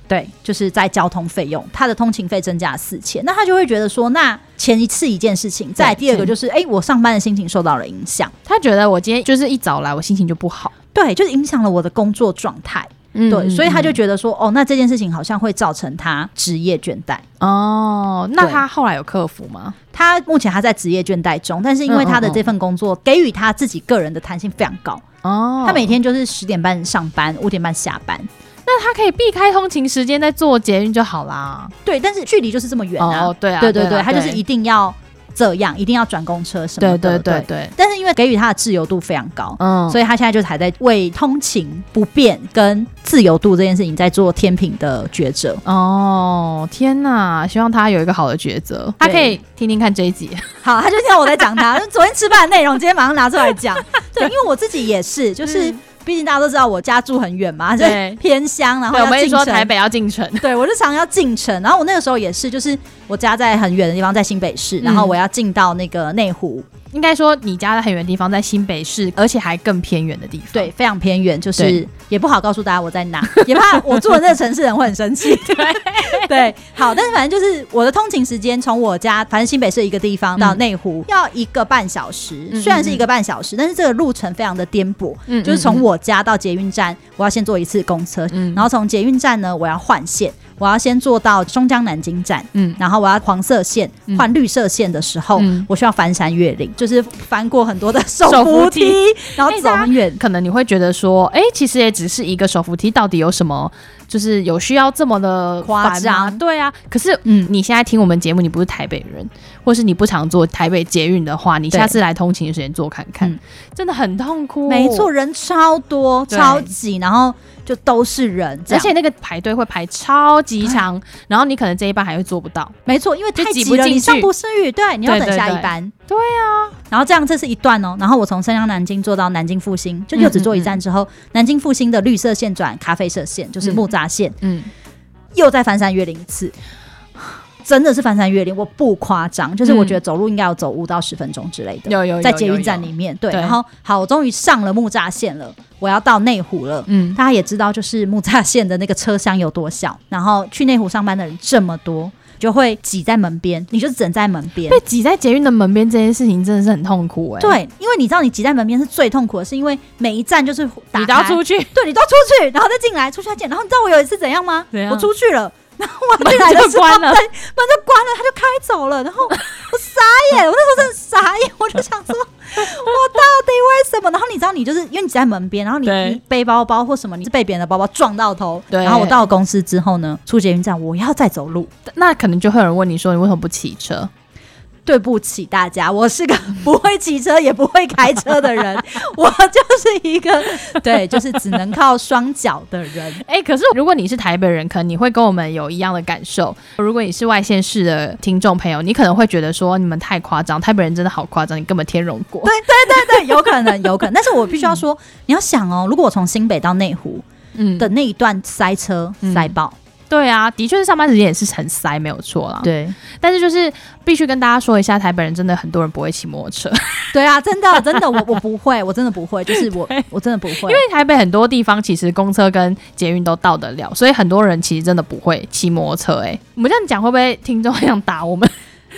对，就是在交通费用，他的通勤费增加四千，那他就会觉得说，那前一次一件事情，再来第二个就是，哎、我上班的心情受到了影响，他觉得我今天就是一早来，我心情就不好，对，就是影响了我的工作状态，嗯对，所以他就觉觉得说，哦，那这件事情好像会造成他职业倦怠。哦，那嗯对他后来有克服吗？他目前他在职业倦怠中，但是因为他的嗯嗯嗯这份工作给予他自己个人的弹性非常高，哦，他每天就是十点半上班，五点半下班。那他可以避开通勤时间，再坐捷运就好啦。对，但是距离就是这么远啊。哦，对啊，对对对对，啊他就是一定要这样，一定要转公车什么对的。对对对，但是因为给予他的自由度非常高，嗯，所以他现在就是还在为通勤不便跟自由度这件事情在做天平的抉择。哦，天哪！希望他有一个好的抉择，他可以听听看这一集。好，他就听到我在讲 他，就昨天吃饭的内容，今天马上拿出来讲。对，因为我自己也是，就是嗯毕竟大家都知道我家住很远嘛，就对是偏乡，然后对，我要们一进直说城台北要进城，对我就常要进城，然后我那个时候也是，就是我家在很远的地方，在新北市，然后嗯我要进到那个内湖，应该说你家在很远的地方，在新北市，而且还更偏远的地方。对，非常偏远，就是对也不好告诉大家我在哪，也怕我住的那个城市人会很生气。对 对，好，但是反正就是我的通勤时间从我家，反正新北市一个地方到嗯内湖、要一个半小时，嗯虽然是一个半小时，但是这个路程非常的颠簸，嗯，嗯就是从，我家到捷运站，我要先坐一次公车，嗯然后从捷运站呢，我要换线，我要先坐到松江南京站。嗯，然后我要黄色线嗯换绿色线的时候，嗯我需要翻山越 岭，就是翻过很多 的手手扶扶梯梯，然后哎走大家很远。可能你会觉得说，哎，其实也只是一个手扶梯，到底有什么？就是有需要这么的夸烦吗张对啊。可是嗯，你现在听我们节目，你不是台北人，或是你不常坐台北捷运的话，你对下次来通勤的时间坐看看嗯，真的很痛苦。没错，，人超多，对超挤，然后就都是人这而样，且那个排队会排超级长，嗯然后你可能这一班还会做不到。没错，因为太就挤挤不了，进你上去不胜于，对，你要对等对下一对班。对啊，然后这样这是一段哦，然后我从三江南京坐到南京复兴，就又只坐一站之后，南京复兴的绿色线转咖啡色线，就是木栅线，嗯，又再翻山越岭一次。真的是翻山越岭，我不夸张，就是我觉得走路应该要走五到十分钟之类的，嗯有有有在捷运站，有里有面。对，对然后好，我终于上了木栅线了，我要到内湖了。嗯，大家也知道，就是木栅线的那个车厢有多小，然后去内湖上班的人这么多，就会挤在门边，你就只能在门边被。挤在捷运的门边这件事情真的是很痛苦哎、，对，因为你知道你挤在门边是最痛苦的，是因为每一站就是打你都要开出去，对你都要出去，然后再进来，出去再进来。然后你知道我有一次怎样吗？怎样我出去了。然后我进来的门就时候，关了对门就关了，他就开走了。然 后我傻眼，我那时候真的傻眼，我就想说，我到底为什么？然后你知道，你就是因为你在门边，然后你对你背包包或什么，你是被别人的包包撞到头。对然后我到了公司之后呢，出捷运站，我要再走路。那可能就会有人问你说你为什么不骑车？对不起大家，我是个不会骑车也不会开车的 人，我就是一个对，就是只能靠双脚的人。哎、可是如果你是台北人，可能你会跟我们有一样的感受。如果你是外县市的听众朋友，你可能会觉得说你们太夸张，台北人真的好夸张，你根本天龙国。对对对对，有可能，有可能。但是我必须要说，你要想哦，如果我从新北到内湖嗯的那一段塞车、嗯塞爆，对啊，的确是上班时间也是很塞，没有错啦。，对但是就是必须跟大家说一下，台北人真的很多人不会骑摩托车，因对啊，真的真的，我我不会，我真的不会，就是 我我真的不会，因为为台北很多地方其实公车跟捷运都到得了，所以很多人其实真的不会骑摩托车、欸。哎，我们这样讲会不会听众想打 我们？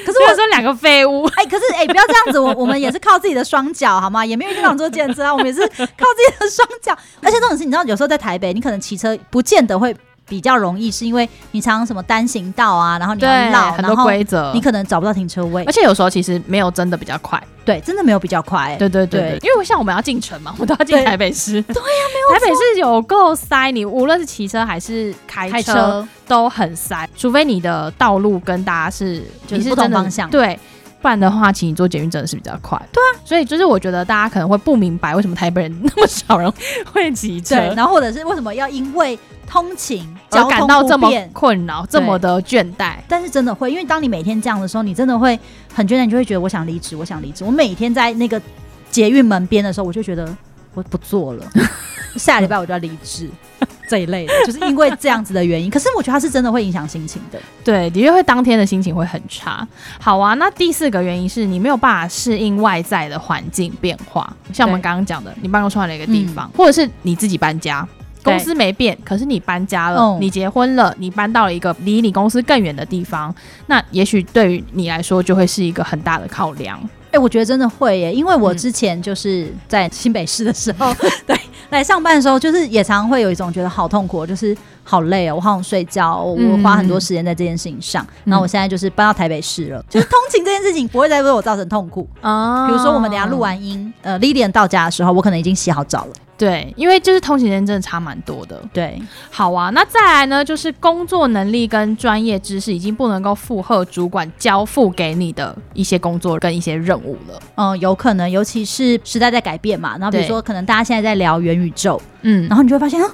可是所以我。说两个废物。哎、可是哎、不要这样子，我我们也是靠自己的双脚，好吗？也没有一天让我坐电车啊，我们也是靠自己的双脚。而且这种事，你知道，有时候在台北，你可能骑车不见得会比较容易，是因为你常常什么单行道啊，然后你要绕， 很然多后规则你。可能找不到停车位而。且有时候其实没有真的比较快，对，真的没有比较快、哎对对对对对，因为像我们要进城嘛，我们都要进对台北市。对呀、啊没有台北市有够塞，你无论是骑车还是开哎开车车都很塞，除非你的道路跟大家是就是你是不同真的方向对。不然的话，请你做捷运真的是比较快。对啊，所以就是我觉得大家可能会不明白为什么台北人那么少人会骑车，对，然后或者是为什么要因为通勤而交感通到不这么便困扰、这么的倦怠。但是真的会，因为当你每天这样的时候，你真的会很倦怠，你就会觉得我想离职，我想离职。我每天在那个捷运门边的时候，我就觉得我不做 了，下礼拜我就要离职这一类的，就是因为这样子的原因。可是我觉得它是真的会影响心情的，对，的确会当天的心情会很差。好啊，那第四个原因是你没有办法适应外在的环境变化，像我们对刚刚讲的，你办公室换了一个地嗯方，或者是你自己搬家。对公司没变，可是你搬家了，嗯你结婚了，你搬到了一个离你公司更远的地方，那也许对于你来说就会是一个很大的考量。哎、我觉得真的会耶，因为我嗯之前就是在新北市的时候， 对，来上班的时候，就是也常会有一种觉得好痛苦，就是好累哦，我好想睡觉、哦，我嗯花很多时间在这件事情上。嗯然后我现在就是搬到台北市了，就是通勤这件事情不会再为我造成痛苦。啊比如说，我们等一下录，完音，呃，Lilian 到家的时候，我可能已经洗好澡了。对，因为就是通勤时间真的差蛮多的。对，好啊，那再来呢，就是工作能力跟专业知识已经不能够负荷主管交付给你的一些工作跟一些任务了。嗯、有可能，尤其是时代在改变嘛，然后比如对说，可能大家现在在聊元宇宙，嗯然，后你就会发现，啊、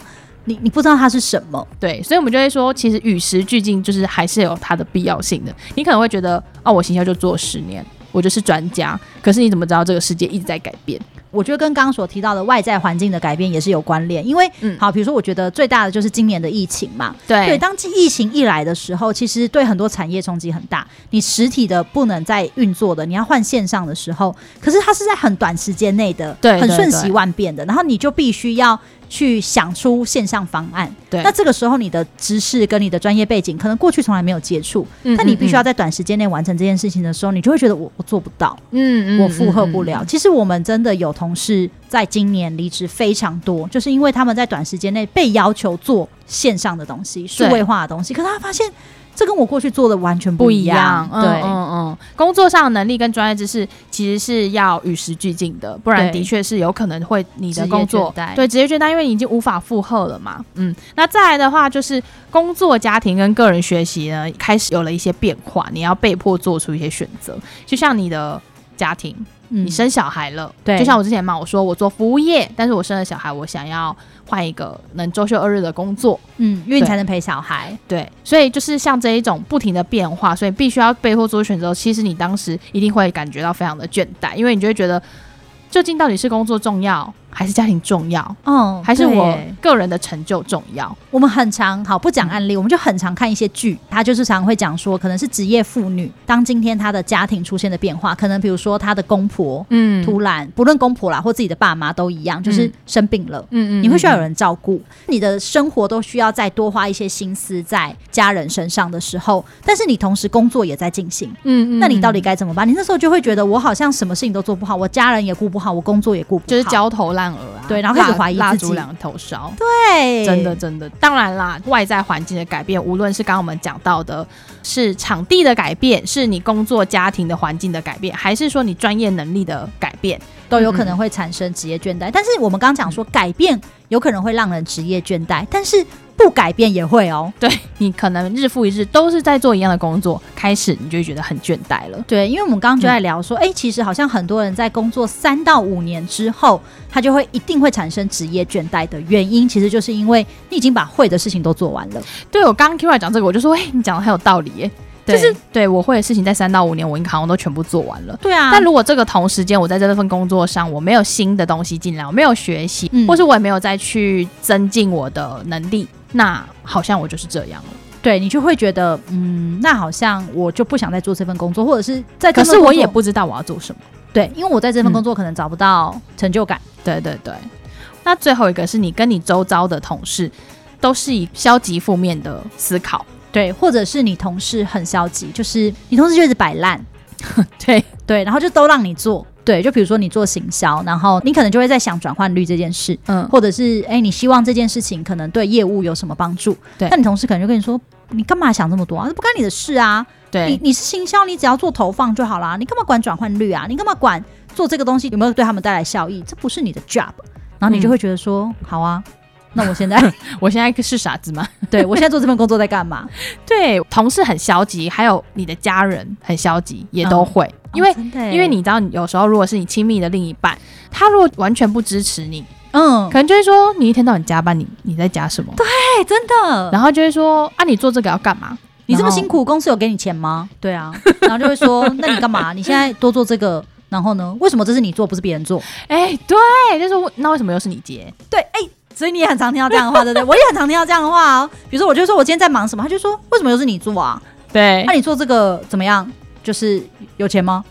你你不知道它是什么。对，所以我们就会说，其实与时俱进就是还是有它的必要性的。你可能会觉得，哦，我行销就做十年，我就是专家，可是你怎么知道这个世界一直在改变？我觉得跟刚刚所提到的外在环境的改变也是有关联，因为、嗯好，比如说，我觉得最大的就是今年的疫情嘛。对对，当疫情一来的时候，其实对很多产业冲击很大。你实体的不能再运作的，你要换线上的时候，可是它是在很短时间内的，对很对瞬对息万变的，然后你就必须要去想出线上方案。对那这个时候你的知识跟你的专业背景，可能过去从来没有接触，嗯但你必须要在短时间内完成这件事情的时候，你就会觉得我我做不到。嗯我负荷不了。。其实我们真的有同事在今年离职非常多，就是因为他们在短时间内被要求做线上的东西、数位化的东西，可是他发现这跟我过去做的完全不一一样，嗯对。嗯嗯，工作上的能力跟专业知识其实是要与时俱进的，不然对的确是有可能会你职的业工作倦怠对职业倦怠，因为你已经无法负荷了嘛。嗯，那再来的话就是工作、家庭跟个人学习呢，开始有了一些变化，你要被迫做出一些选择，就像你的。家庭，嗯你生小孩了，对就像我之前嘛，我说我做服务业，但是我生了小孩，我想要换一个能周休二日的工作，嗯，因为你对才能陪小孩。对，所以就是像这一种不停的变化，所以必须要被迫做出选择。其实你当时一定会感觉到非常的倦怠，因为你就会觉得，究竟到底是工作重要，还是家庭重要，哦，还是对我嗯耶个人的成就重要？我们很常好不讲案例，我们就很常看一些剧，他就是常会讲说，可能是职业妇女，当今天她的家庭出现的变化，可能比如说她的公婆嗯突然，不论公婆啦或自己的爸妈都一样，就是嗯生病了。嗯你会需要有人照顾，你的生活都需要再多花一些心思在家人身上的时候，但是你同时工作也在进行，嗯那你到底该怎么办？你那时候就会觉得我好像什么事情都做不好，我家人也顾不好，我工作也顾不好，就是焦头烂额啊，对然后开始蜡怀疑蜡自己烛两头烧，对，真的真的，当然啦，外在环境的改变，无论是刚刚我们讲到的，是场地的改变，是你工作家庭的环境的改变，还是说你专业能力的改变？都有嗯可能会产生职业倦怠。但是我们刚刚讲说，改变有可能会让人职业倦怠，但是不改变也会哦。对你可能日复一日都是在做一样的工作，开始你就会觉得很倦怠了。对，因为我们刚刚就在嗯聊说，哎、其实好像很多人在工作三到五年之后，他就会一定会产生职业倦怠的原因，其实就是因为你已经把会的事情都做完了。对我刚刚 Kira 讲这个，我就说，哎、你讲的很有道理耶。就对是对我会的事情，在三到五年，我应该好像都全部做完了。对啊但如果这个同时间我在这份工作上我没有新的东西进来，我没有学习，嗯或是我也没有再去增进我的能力，那好像我就是这样了。对你就会觉得，嗯，那好像我就不想再做这份工作，或者是在哎这可份是我工作也不知嗯道我要做什么。对，因为我在这份工作可能找不到成就感。对对对。那最后一个是你跟你周遭的同事都是以消极负面的思考，对，或者是你同事很消极，就是你同事就是摆烂，对，对，然后就都让你做。对，就比如说你做行销，然后你可能就会在想转换率这件事，嗯，或者是哎，你希望这件事情可能对业务有什么帮助？对那你同事可能就跟你说，你干嘛想这么多啊？这不干你的事啊！你对，你是行销，你只要做投放就好啦，你干嘛管转换率啊？你干嘛管做这个东西有没有对他们带来效益？这不是你的 job。然后你就会觉得说，好啊，那我现在我现在是傻 子吗？ 对我现在做这份工作在干嘛？对，同事很消极，还有你的家人很消极，也都嗯会，因为、哦真的耶因为你知道，有时候如果是你亲密的另一半，他如果完全不支持你，嗯，可能就会说你一天到晚加班，你你在加什么？对，哎，真的，然后就会说啊，你做这个要干嘛？你这么然后辛苦，公司有给你钱吗？对啊，然后就会说，那你干嘛？你现在多做这个，然后呢？为什么这是你做，不是别人做？哎、对，就是我那为什么又是你接？对，哎、所以你也很常听到这样的话，对不对？我也很常听到这样的话哦。 比如说，我就说我今天在忙什么，他就说哎为什么又是你做啊？对那、你做这个怎么样？就是有钱吗？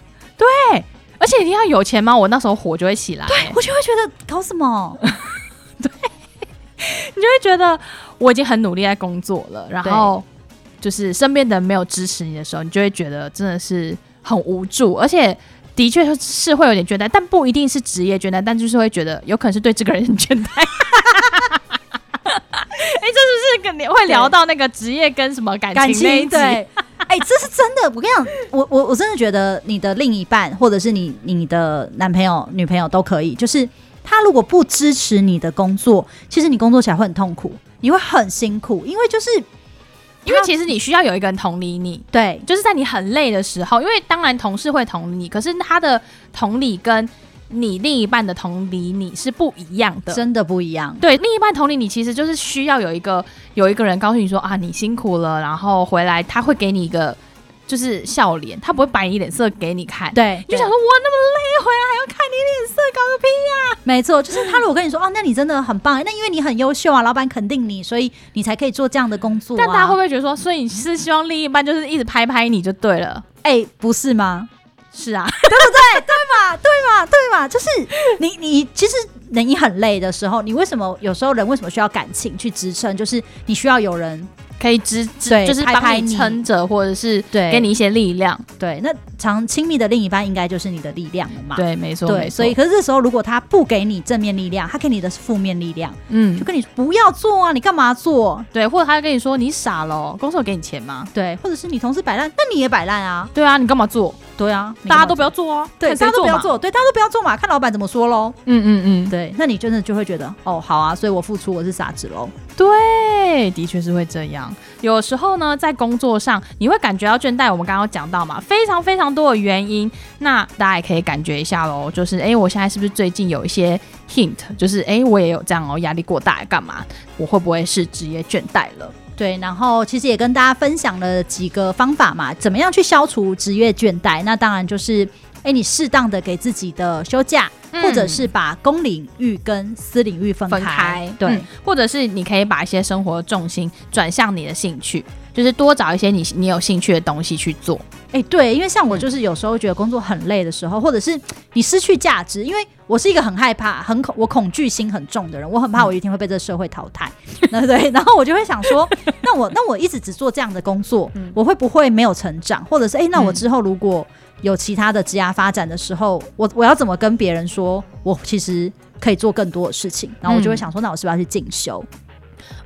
而且一定要有钱吗？我那时候火就会起来，对，我就会觉得搞什么？你就会觉得我已经很努力在工作了，然后就是身边的人没有支持你的时候，你就会觉得真的是很无助，而且的确是会有点倦怠，但不一定是职业倦怠，但就是会觉得有可能是对这个人倦怠。哎、这是不是跟会聊到那个职业跟什么感感情那一情集？对。哎、这是真的。我跟你讲，我我我真的觉得你的另一半，或者是你你的男朋友、女朋友都可以，就是他如果不支持你的工作，其实你工作起来会很痛苦，你会很辛苦，因为就是因为其实你需要有一个人同理你，对就是在你很累的时候，因为当然同事会同理你，可是他的同理跟你另一半的同理你是不一样的。真的不一样。对，另一半同理你其实就是需要有一个有一个人告诉你说啊，你辛苦了，然后回来他会给你一个就是笑脸，他不会摆你脸色给你看。，对，你就想对说我那么累，回来还要看你脸色，搞个屁！没错，就是他如果跟你说哦，那你真的很棒，那因为你很优秀啊，老板肯定你，所以你才可以做这样的工作、啊。但大家会不会觉得说，所以你是希望另一半就是一直拍拍你就对了？哎、不是吗？是啊，啊，对嘛，对嘛，就是你你其实你很累的时候，你为什么有时候人为什么需要感情去支撑？就是你需要有人 可以支支对就是拍帮拍你你撑着，或者是对给你一些力量。对，那常亲密的另一半应该就是你的力量了嘛。对，没错，没对，错所以可是这时候如果他不给你正面力量，他给你的是负面力量，嗯就，跟你说不要做啊，你干嘛做？对，或者他跟你说你傻咯，公司有给你钱吗？对，或者是你同事摆烂，那你也摆烂啊。对啊，你干嘛做？对啊，你大干嘛家都不要做啊，对，看谁大家都不要嘛。做，对，大家都不要做嘛，看老板怎么说喽。嗯嗯嗯，对，那你真的就会觉得哦，好啊，所以我付出，我是傻子喽。对，对，的确是会这样。有时候呢，在工作上你会感觉到倦怠，我们刚刚有讲到嘛，非常非常多的原因。那大家也可以感觉一下喽，就是哎，诶我现在是不是最近有一些 hint，就是哎，诶我也有这样哦，压力过大干嘛？我会不会是职业倦怠了？对，然后其实也跟大家分享了几个方法嘛，怎么样去消除职业倦怠？那当然就是，哎，你适当的给自己的休假，嗯或者是把公领域跟私领嗯域分开。分开，对、嗯或者是你可以把一些生活的重心转向你的兴趣，就是多找一些你你有兴趣的东西去做。哎，对，因为嗯像我就是有时候觉得工作很累的时候，或者是你失去价值，因为我是一个很害怕、很恐我恐惧心很重的人，我很嗯怕我有一天会被这社会淘汰，那对，然后我就会想说，那我那我一直只做这样的工作，嗯我会不会没有成长，或者是哎，那我之后如果有其他的职涯发展的时候，我我要怎么跟别人说我其实可以做更多的事情？然后嗯我就会想说，那我是不是要去进修？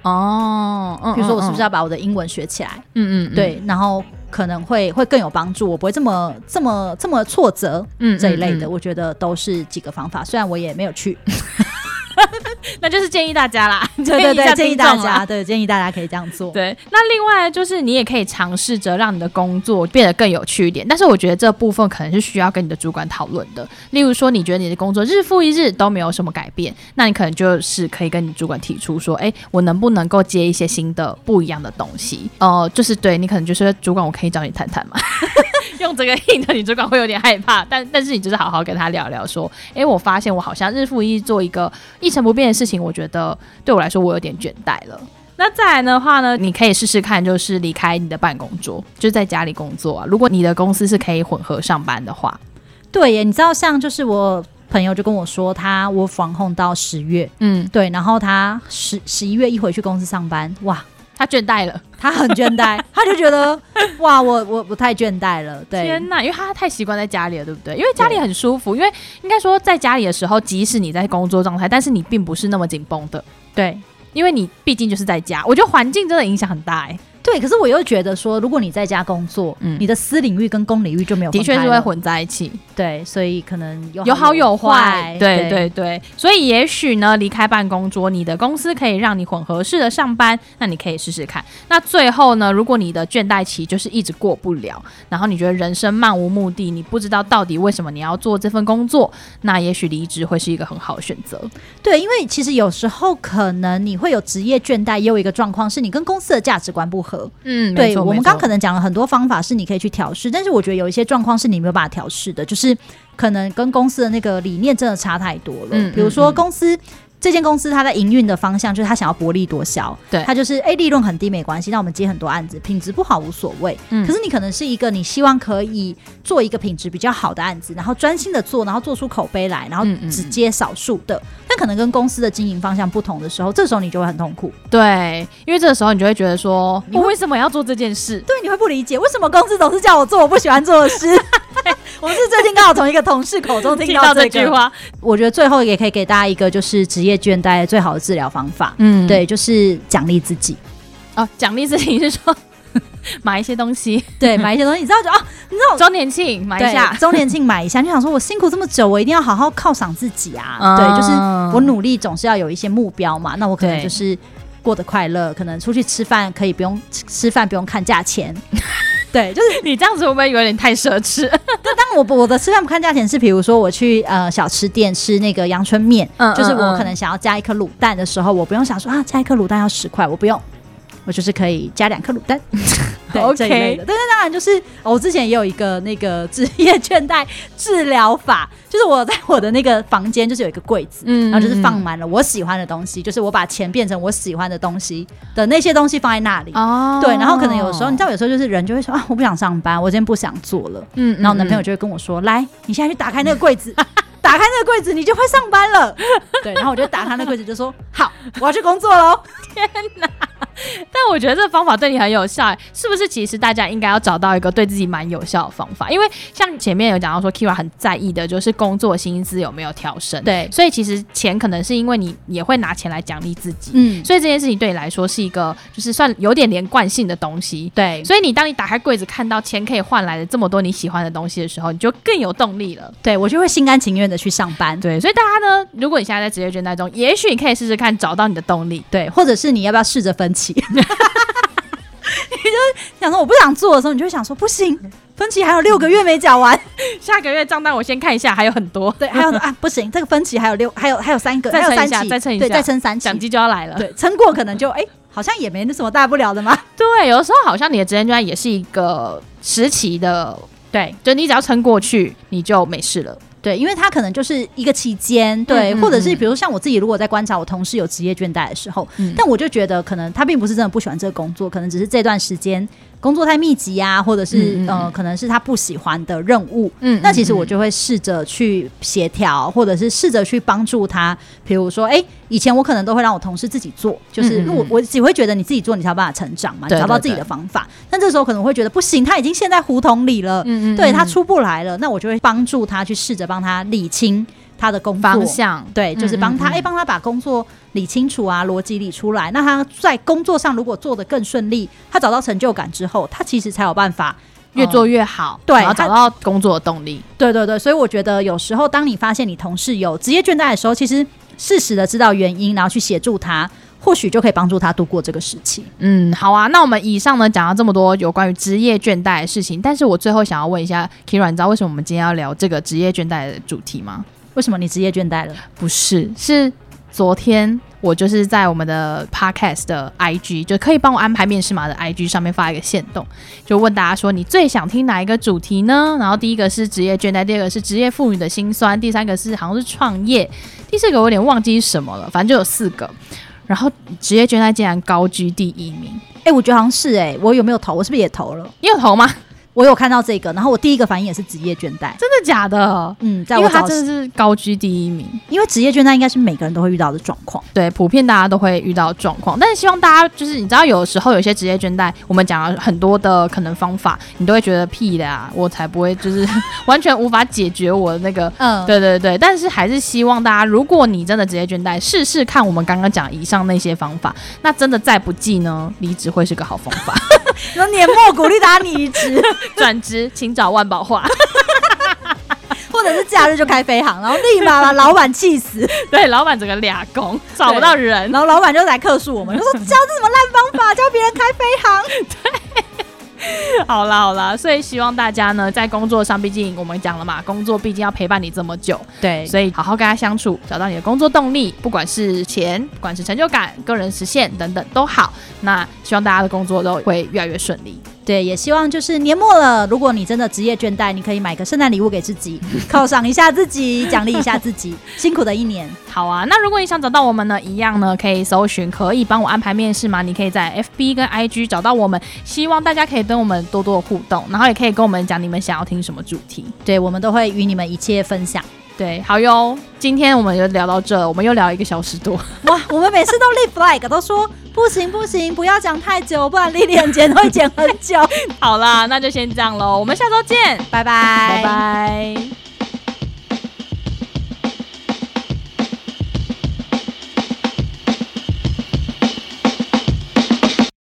哦，嗯比如说我是不是要要把我的英文学起来？嗯嗯嗯，对，然后可能会会更有帮助，我不会这么这么这么挫折嗯这一类的，嗯我觉得都是几个方法。虽然我也没有 去，嗯那就是 建议大家啦，对 对对，建议大听众啦家，对建议大家可以这样做。对，那另外就是你也可以尝试着让你的工作变得更有趣一点，但是我觉得这部分可能是需要跟你的主管讨论的。例如说，你觉得你的工作日复一日都没有什么改变，那你可能就是可以跟你主管提出说，哎，我能不能够接一些新的不一样的东西？呃，就是对你可能就是主管，我可以找你谈谈嘛。用这个 hint，你主管会有点害怕，但但是你就是好好跟他聊聊，说，哎，我发现我好像日复一日做一个一成不变的事情，我觉得对我来说我有点倦怠了。那再来的话呢，你可以试试看，就是离开你的办公桌，就在家里工作啊。如果你的公司是可以混合上班的话，对耶，你知道像就是我朋友就跟我说，他我防控到十月，嗯，对，然后他十十一月一回去公司上班，哇，他倦怠了，他很倦怠， 他就觉得哇，我我我太倦怠了，对天。哪，因为他太习惯在家里了，对不对？因为家里很舒服，因为应该说在家里的时候，即使你在工作状态，但是你并不是那么紧绷的，对因为你毕竟就是在家。我觉得环境真的影响很大、欸，对，可是我又觉得说，如果你在家工作，嗯你的私领域跟公领域就没有分的确开是会了混在一起。对，所以可能有有好有坏坏，，对对对，所以也许呢，离开办公桌，你的公司可以让你混合式的上班，那你可以试试看。那最后呢，如果你的倦怠期就是一直过不了，然后你觉得人生漫无目的，你不知道到底为什么你要做这份工作，那也许离职会是一个很好的选择。对，因为其实有时候可能你会有职业倦怠，也有一个状况是你跟公司的价值观不合。嗯，没对错我们没刚错可能讲了很多方法是你可以去调试，但是我觉得有一些状况是你没有办法调试的，就是可能跟公司的那个理念真的差太多了。嗯比如说嗯嗯公司。这间公司它在营运的方向就是它想要薄利多销，对它就是诶利润很低没关系，那我们接很多案子，品质不好无所谓。嗯可是你可能是一个你希望可以做一个品质比较好的案子，然后专心的做，然后做出口碑来，然后嗯嗯嗯只接少数的，但可能跟公司的经营方向不同的时候，这时候你就会很痛苦。对，因为这个时候你就会觉得说，你我会为什么要做这件事？对，你会不理解为什么公司总是叫我做我不喜欢做的 事。我们是最近刚好从一个同事口中听听到到这这个句，话，我觉得最后也可以给大家一个就是职业倦怠最好的治疗方法，嗯，对，就是奖励自己，哦，奖励自己是说 买一些东西，对，买一些东西，你知道就啊，周年庆买一下对，。周年庆买一下，就想说我辛苦这么久，我一定要好好犒赏自己啊，嗯对，就是我努力总是要有一些目标嘛，那我可能对就是过得快乐，可能出去吃饭可以不用吃吃饭不用看价钱， 对，就是。 你这样子会不会有点太奢侈？但我不我的吃饭不看价钱是，比如说我去呃小吃店吃那个阳春面，嗯就是我嗯可能想要加一颗卤蛋的时候，我不用想说啊加一颗卤蛋要十块，我不用。我就是可以加两颗卤 蛋，对 OK 这一类的。但是当然就是、哦我之前也有一个那个职业倦怠治疗法，就是我在我的那个房间就是有一个柜子，嗯然后就是放满了我喜欢的东西，就是我把钱变成我喜欢的东西的那些东西放在那里。哦对，然后可能有时候你知道，有时候就是人就会说啊，我不想上班，我今天不想做了。嗯然后我男朋友就会跟我说：“来，你现在去打开那个柜子， 打开那个柜子，你就会上班了。” 对，然后我就打开那柜子，就说：“好，我要去工作 喽。但我觉得这方法对你很有效欸，是不是？其实大家应该要找到一个对自己蛮有效的方法，因为像前面有讲到说，Kira 很在意的就是工作薪资有没有调升”，，对，所以其实钱可能是因为你也会拿钱来奖励自己，嗯，所以这件事情对你来说是一个就是算有点连贯性的东西。对，所以你当你打开柜子看到钱可以换来的这么多你喜欢的东西的时候，你就更有动力了。对我就会心甘情愿的去上班。对，所以大家呢，如果你现在在职业倦怠中，也许你可以试试看找到你的动力。 对，或者是你要不要试着分歧。你就想说我不想做的时候，你就会想说不行，分期还有六个月没缴完， 下个月账单我先看一下，还有很多，对，还有啊不行，这个分期还有六，还有还有三个，再还有撑三一下期，再撑一对，下再撑三期奖，金就要来了。对，撑过可能就哎、好像也没那什么大不了的嘛。对，有的时候好像你的职业专也是一个时期的，对，就你只要撑过去，你就没事了。对，因为它可能就是一个期间，对，嗯嗯或者是嗯比如像我自己，如果在观察我同事有职业倦怠的时候，嗯但我就觉得可能他并不是真的不喜欢这个工作，可能只是这段时间工作太密集啊，或者是、嗯嗯嗯呃，可能是他不喜欢的任务。嗯那其实我就会试着去协调，或者是试着去帮助他。比如说，哎、以前我可能都会让我同事自己做，就是嗯嗯嗯如果我只会觉得你自己做，你才有办法成长嘛，你对找到对自己对的方法。但这时候可能会觉得不行，他已经陷在胡同里了，嗯对他出不来了，那我就会帮助他去试着帮他理清他的工作方。向，对，就是帮他，嗯嗯嗯哎、帮、他把工作理清楚啊，逻辑理出来。那他在工作上如果做得更顺利，他找到成就感之后，他其实才有办法呃越做越、越好，对然后他找到工作的动力。对对对，所以我觉得有时候当你发现你同事有职业倦怠的时候，其实适时的知道原因，然后去协助他，或许就可以帮助他度过这个时期。嗯，好啊，那我们以上呢讲到这么多有关于职业倦怠的事情，但是我最后想要问一下 Kira，你知道为什么我们今天要聊这个职业倦怠的主题吗？为什么你职业倦怠了？不是，是昨天我就是在我们的 podcast 的 IG，就可以帮我安排面试嘛的 IG 上面发一个线动，就问大家说你最想听哪一个主题呢？然后第一个是职业倦怠，第二个是职业妇女的辛酸，第三个是好像是创业，第四个我有点忘记是什么了，反正就有四个。然后职业倦怠竟然高居第一名，哎、我觉得好像是哎、我有没有投？我是不是也投了？你有投吗？我有看到这个，然后我第一个反应也是职业倦怠。真的假的？嗯，在因我为它早真的是高居第一名，因为职业倦怠应该是每个人都会遇到的状 况。对，普遍大家都会遇到的状况。但是希望大家就是你知道，有时候有些职业倦怠，我们讲了很多的可能方法，你都会觉得屁的啊，我才不会就是 完全无法解决我的那个。嗯，对对对，但是还是希望大家，如果你真的职业倦怠，试试看我们刚刚讲以上那些方法，那真的再不济呢，离职会是个好方法。那年末鼓励大家离 职，转职请找万宝华。 或者是假日就开飞航，然后立马把老板气 死，对，老板整个俩工找不到人，然后老板就来客诉我们，就说教这什么烂方法，教别人开飞航。好啦好啦，所以希望大家呢，在工作上，毕竟我们讲了嘛，工作毕竟要陪伴你这么久， 对所以好好跟他相处，找到你的工作动力，不管是钱，不管是成就感、个人实现等等都好。那希望大家的工作都会越来越顺利。对，也希望就是年末了，如果你真的职业倦怠，你可以买个圣诞礼物给自己，犒赏一下自己，奖励一下自己，辛苦的一年。好啊，那如果你想找到我们呢，一样呢可以搜寻，可以帮我安排面试吗？你可以在 FB 跟 IG 找到我们，希望大家可以跟我们多多互动，然后也可以跟我们讲你们想要听什么主题。对，我们都会与你们一切分享。对，好哟，今天我们就聊到这，我们又聊一个小时多。哇，我们每次都立 flag，都说不行不行，不要讲太久，不然莉莉很剪会剪很久。好啦，那就先这样喽，我们下周见，拜拜，拜拜。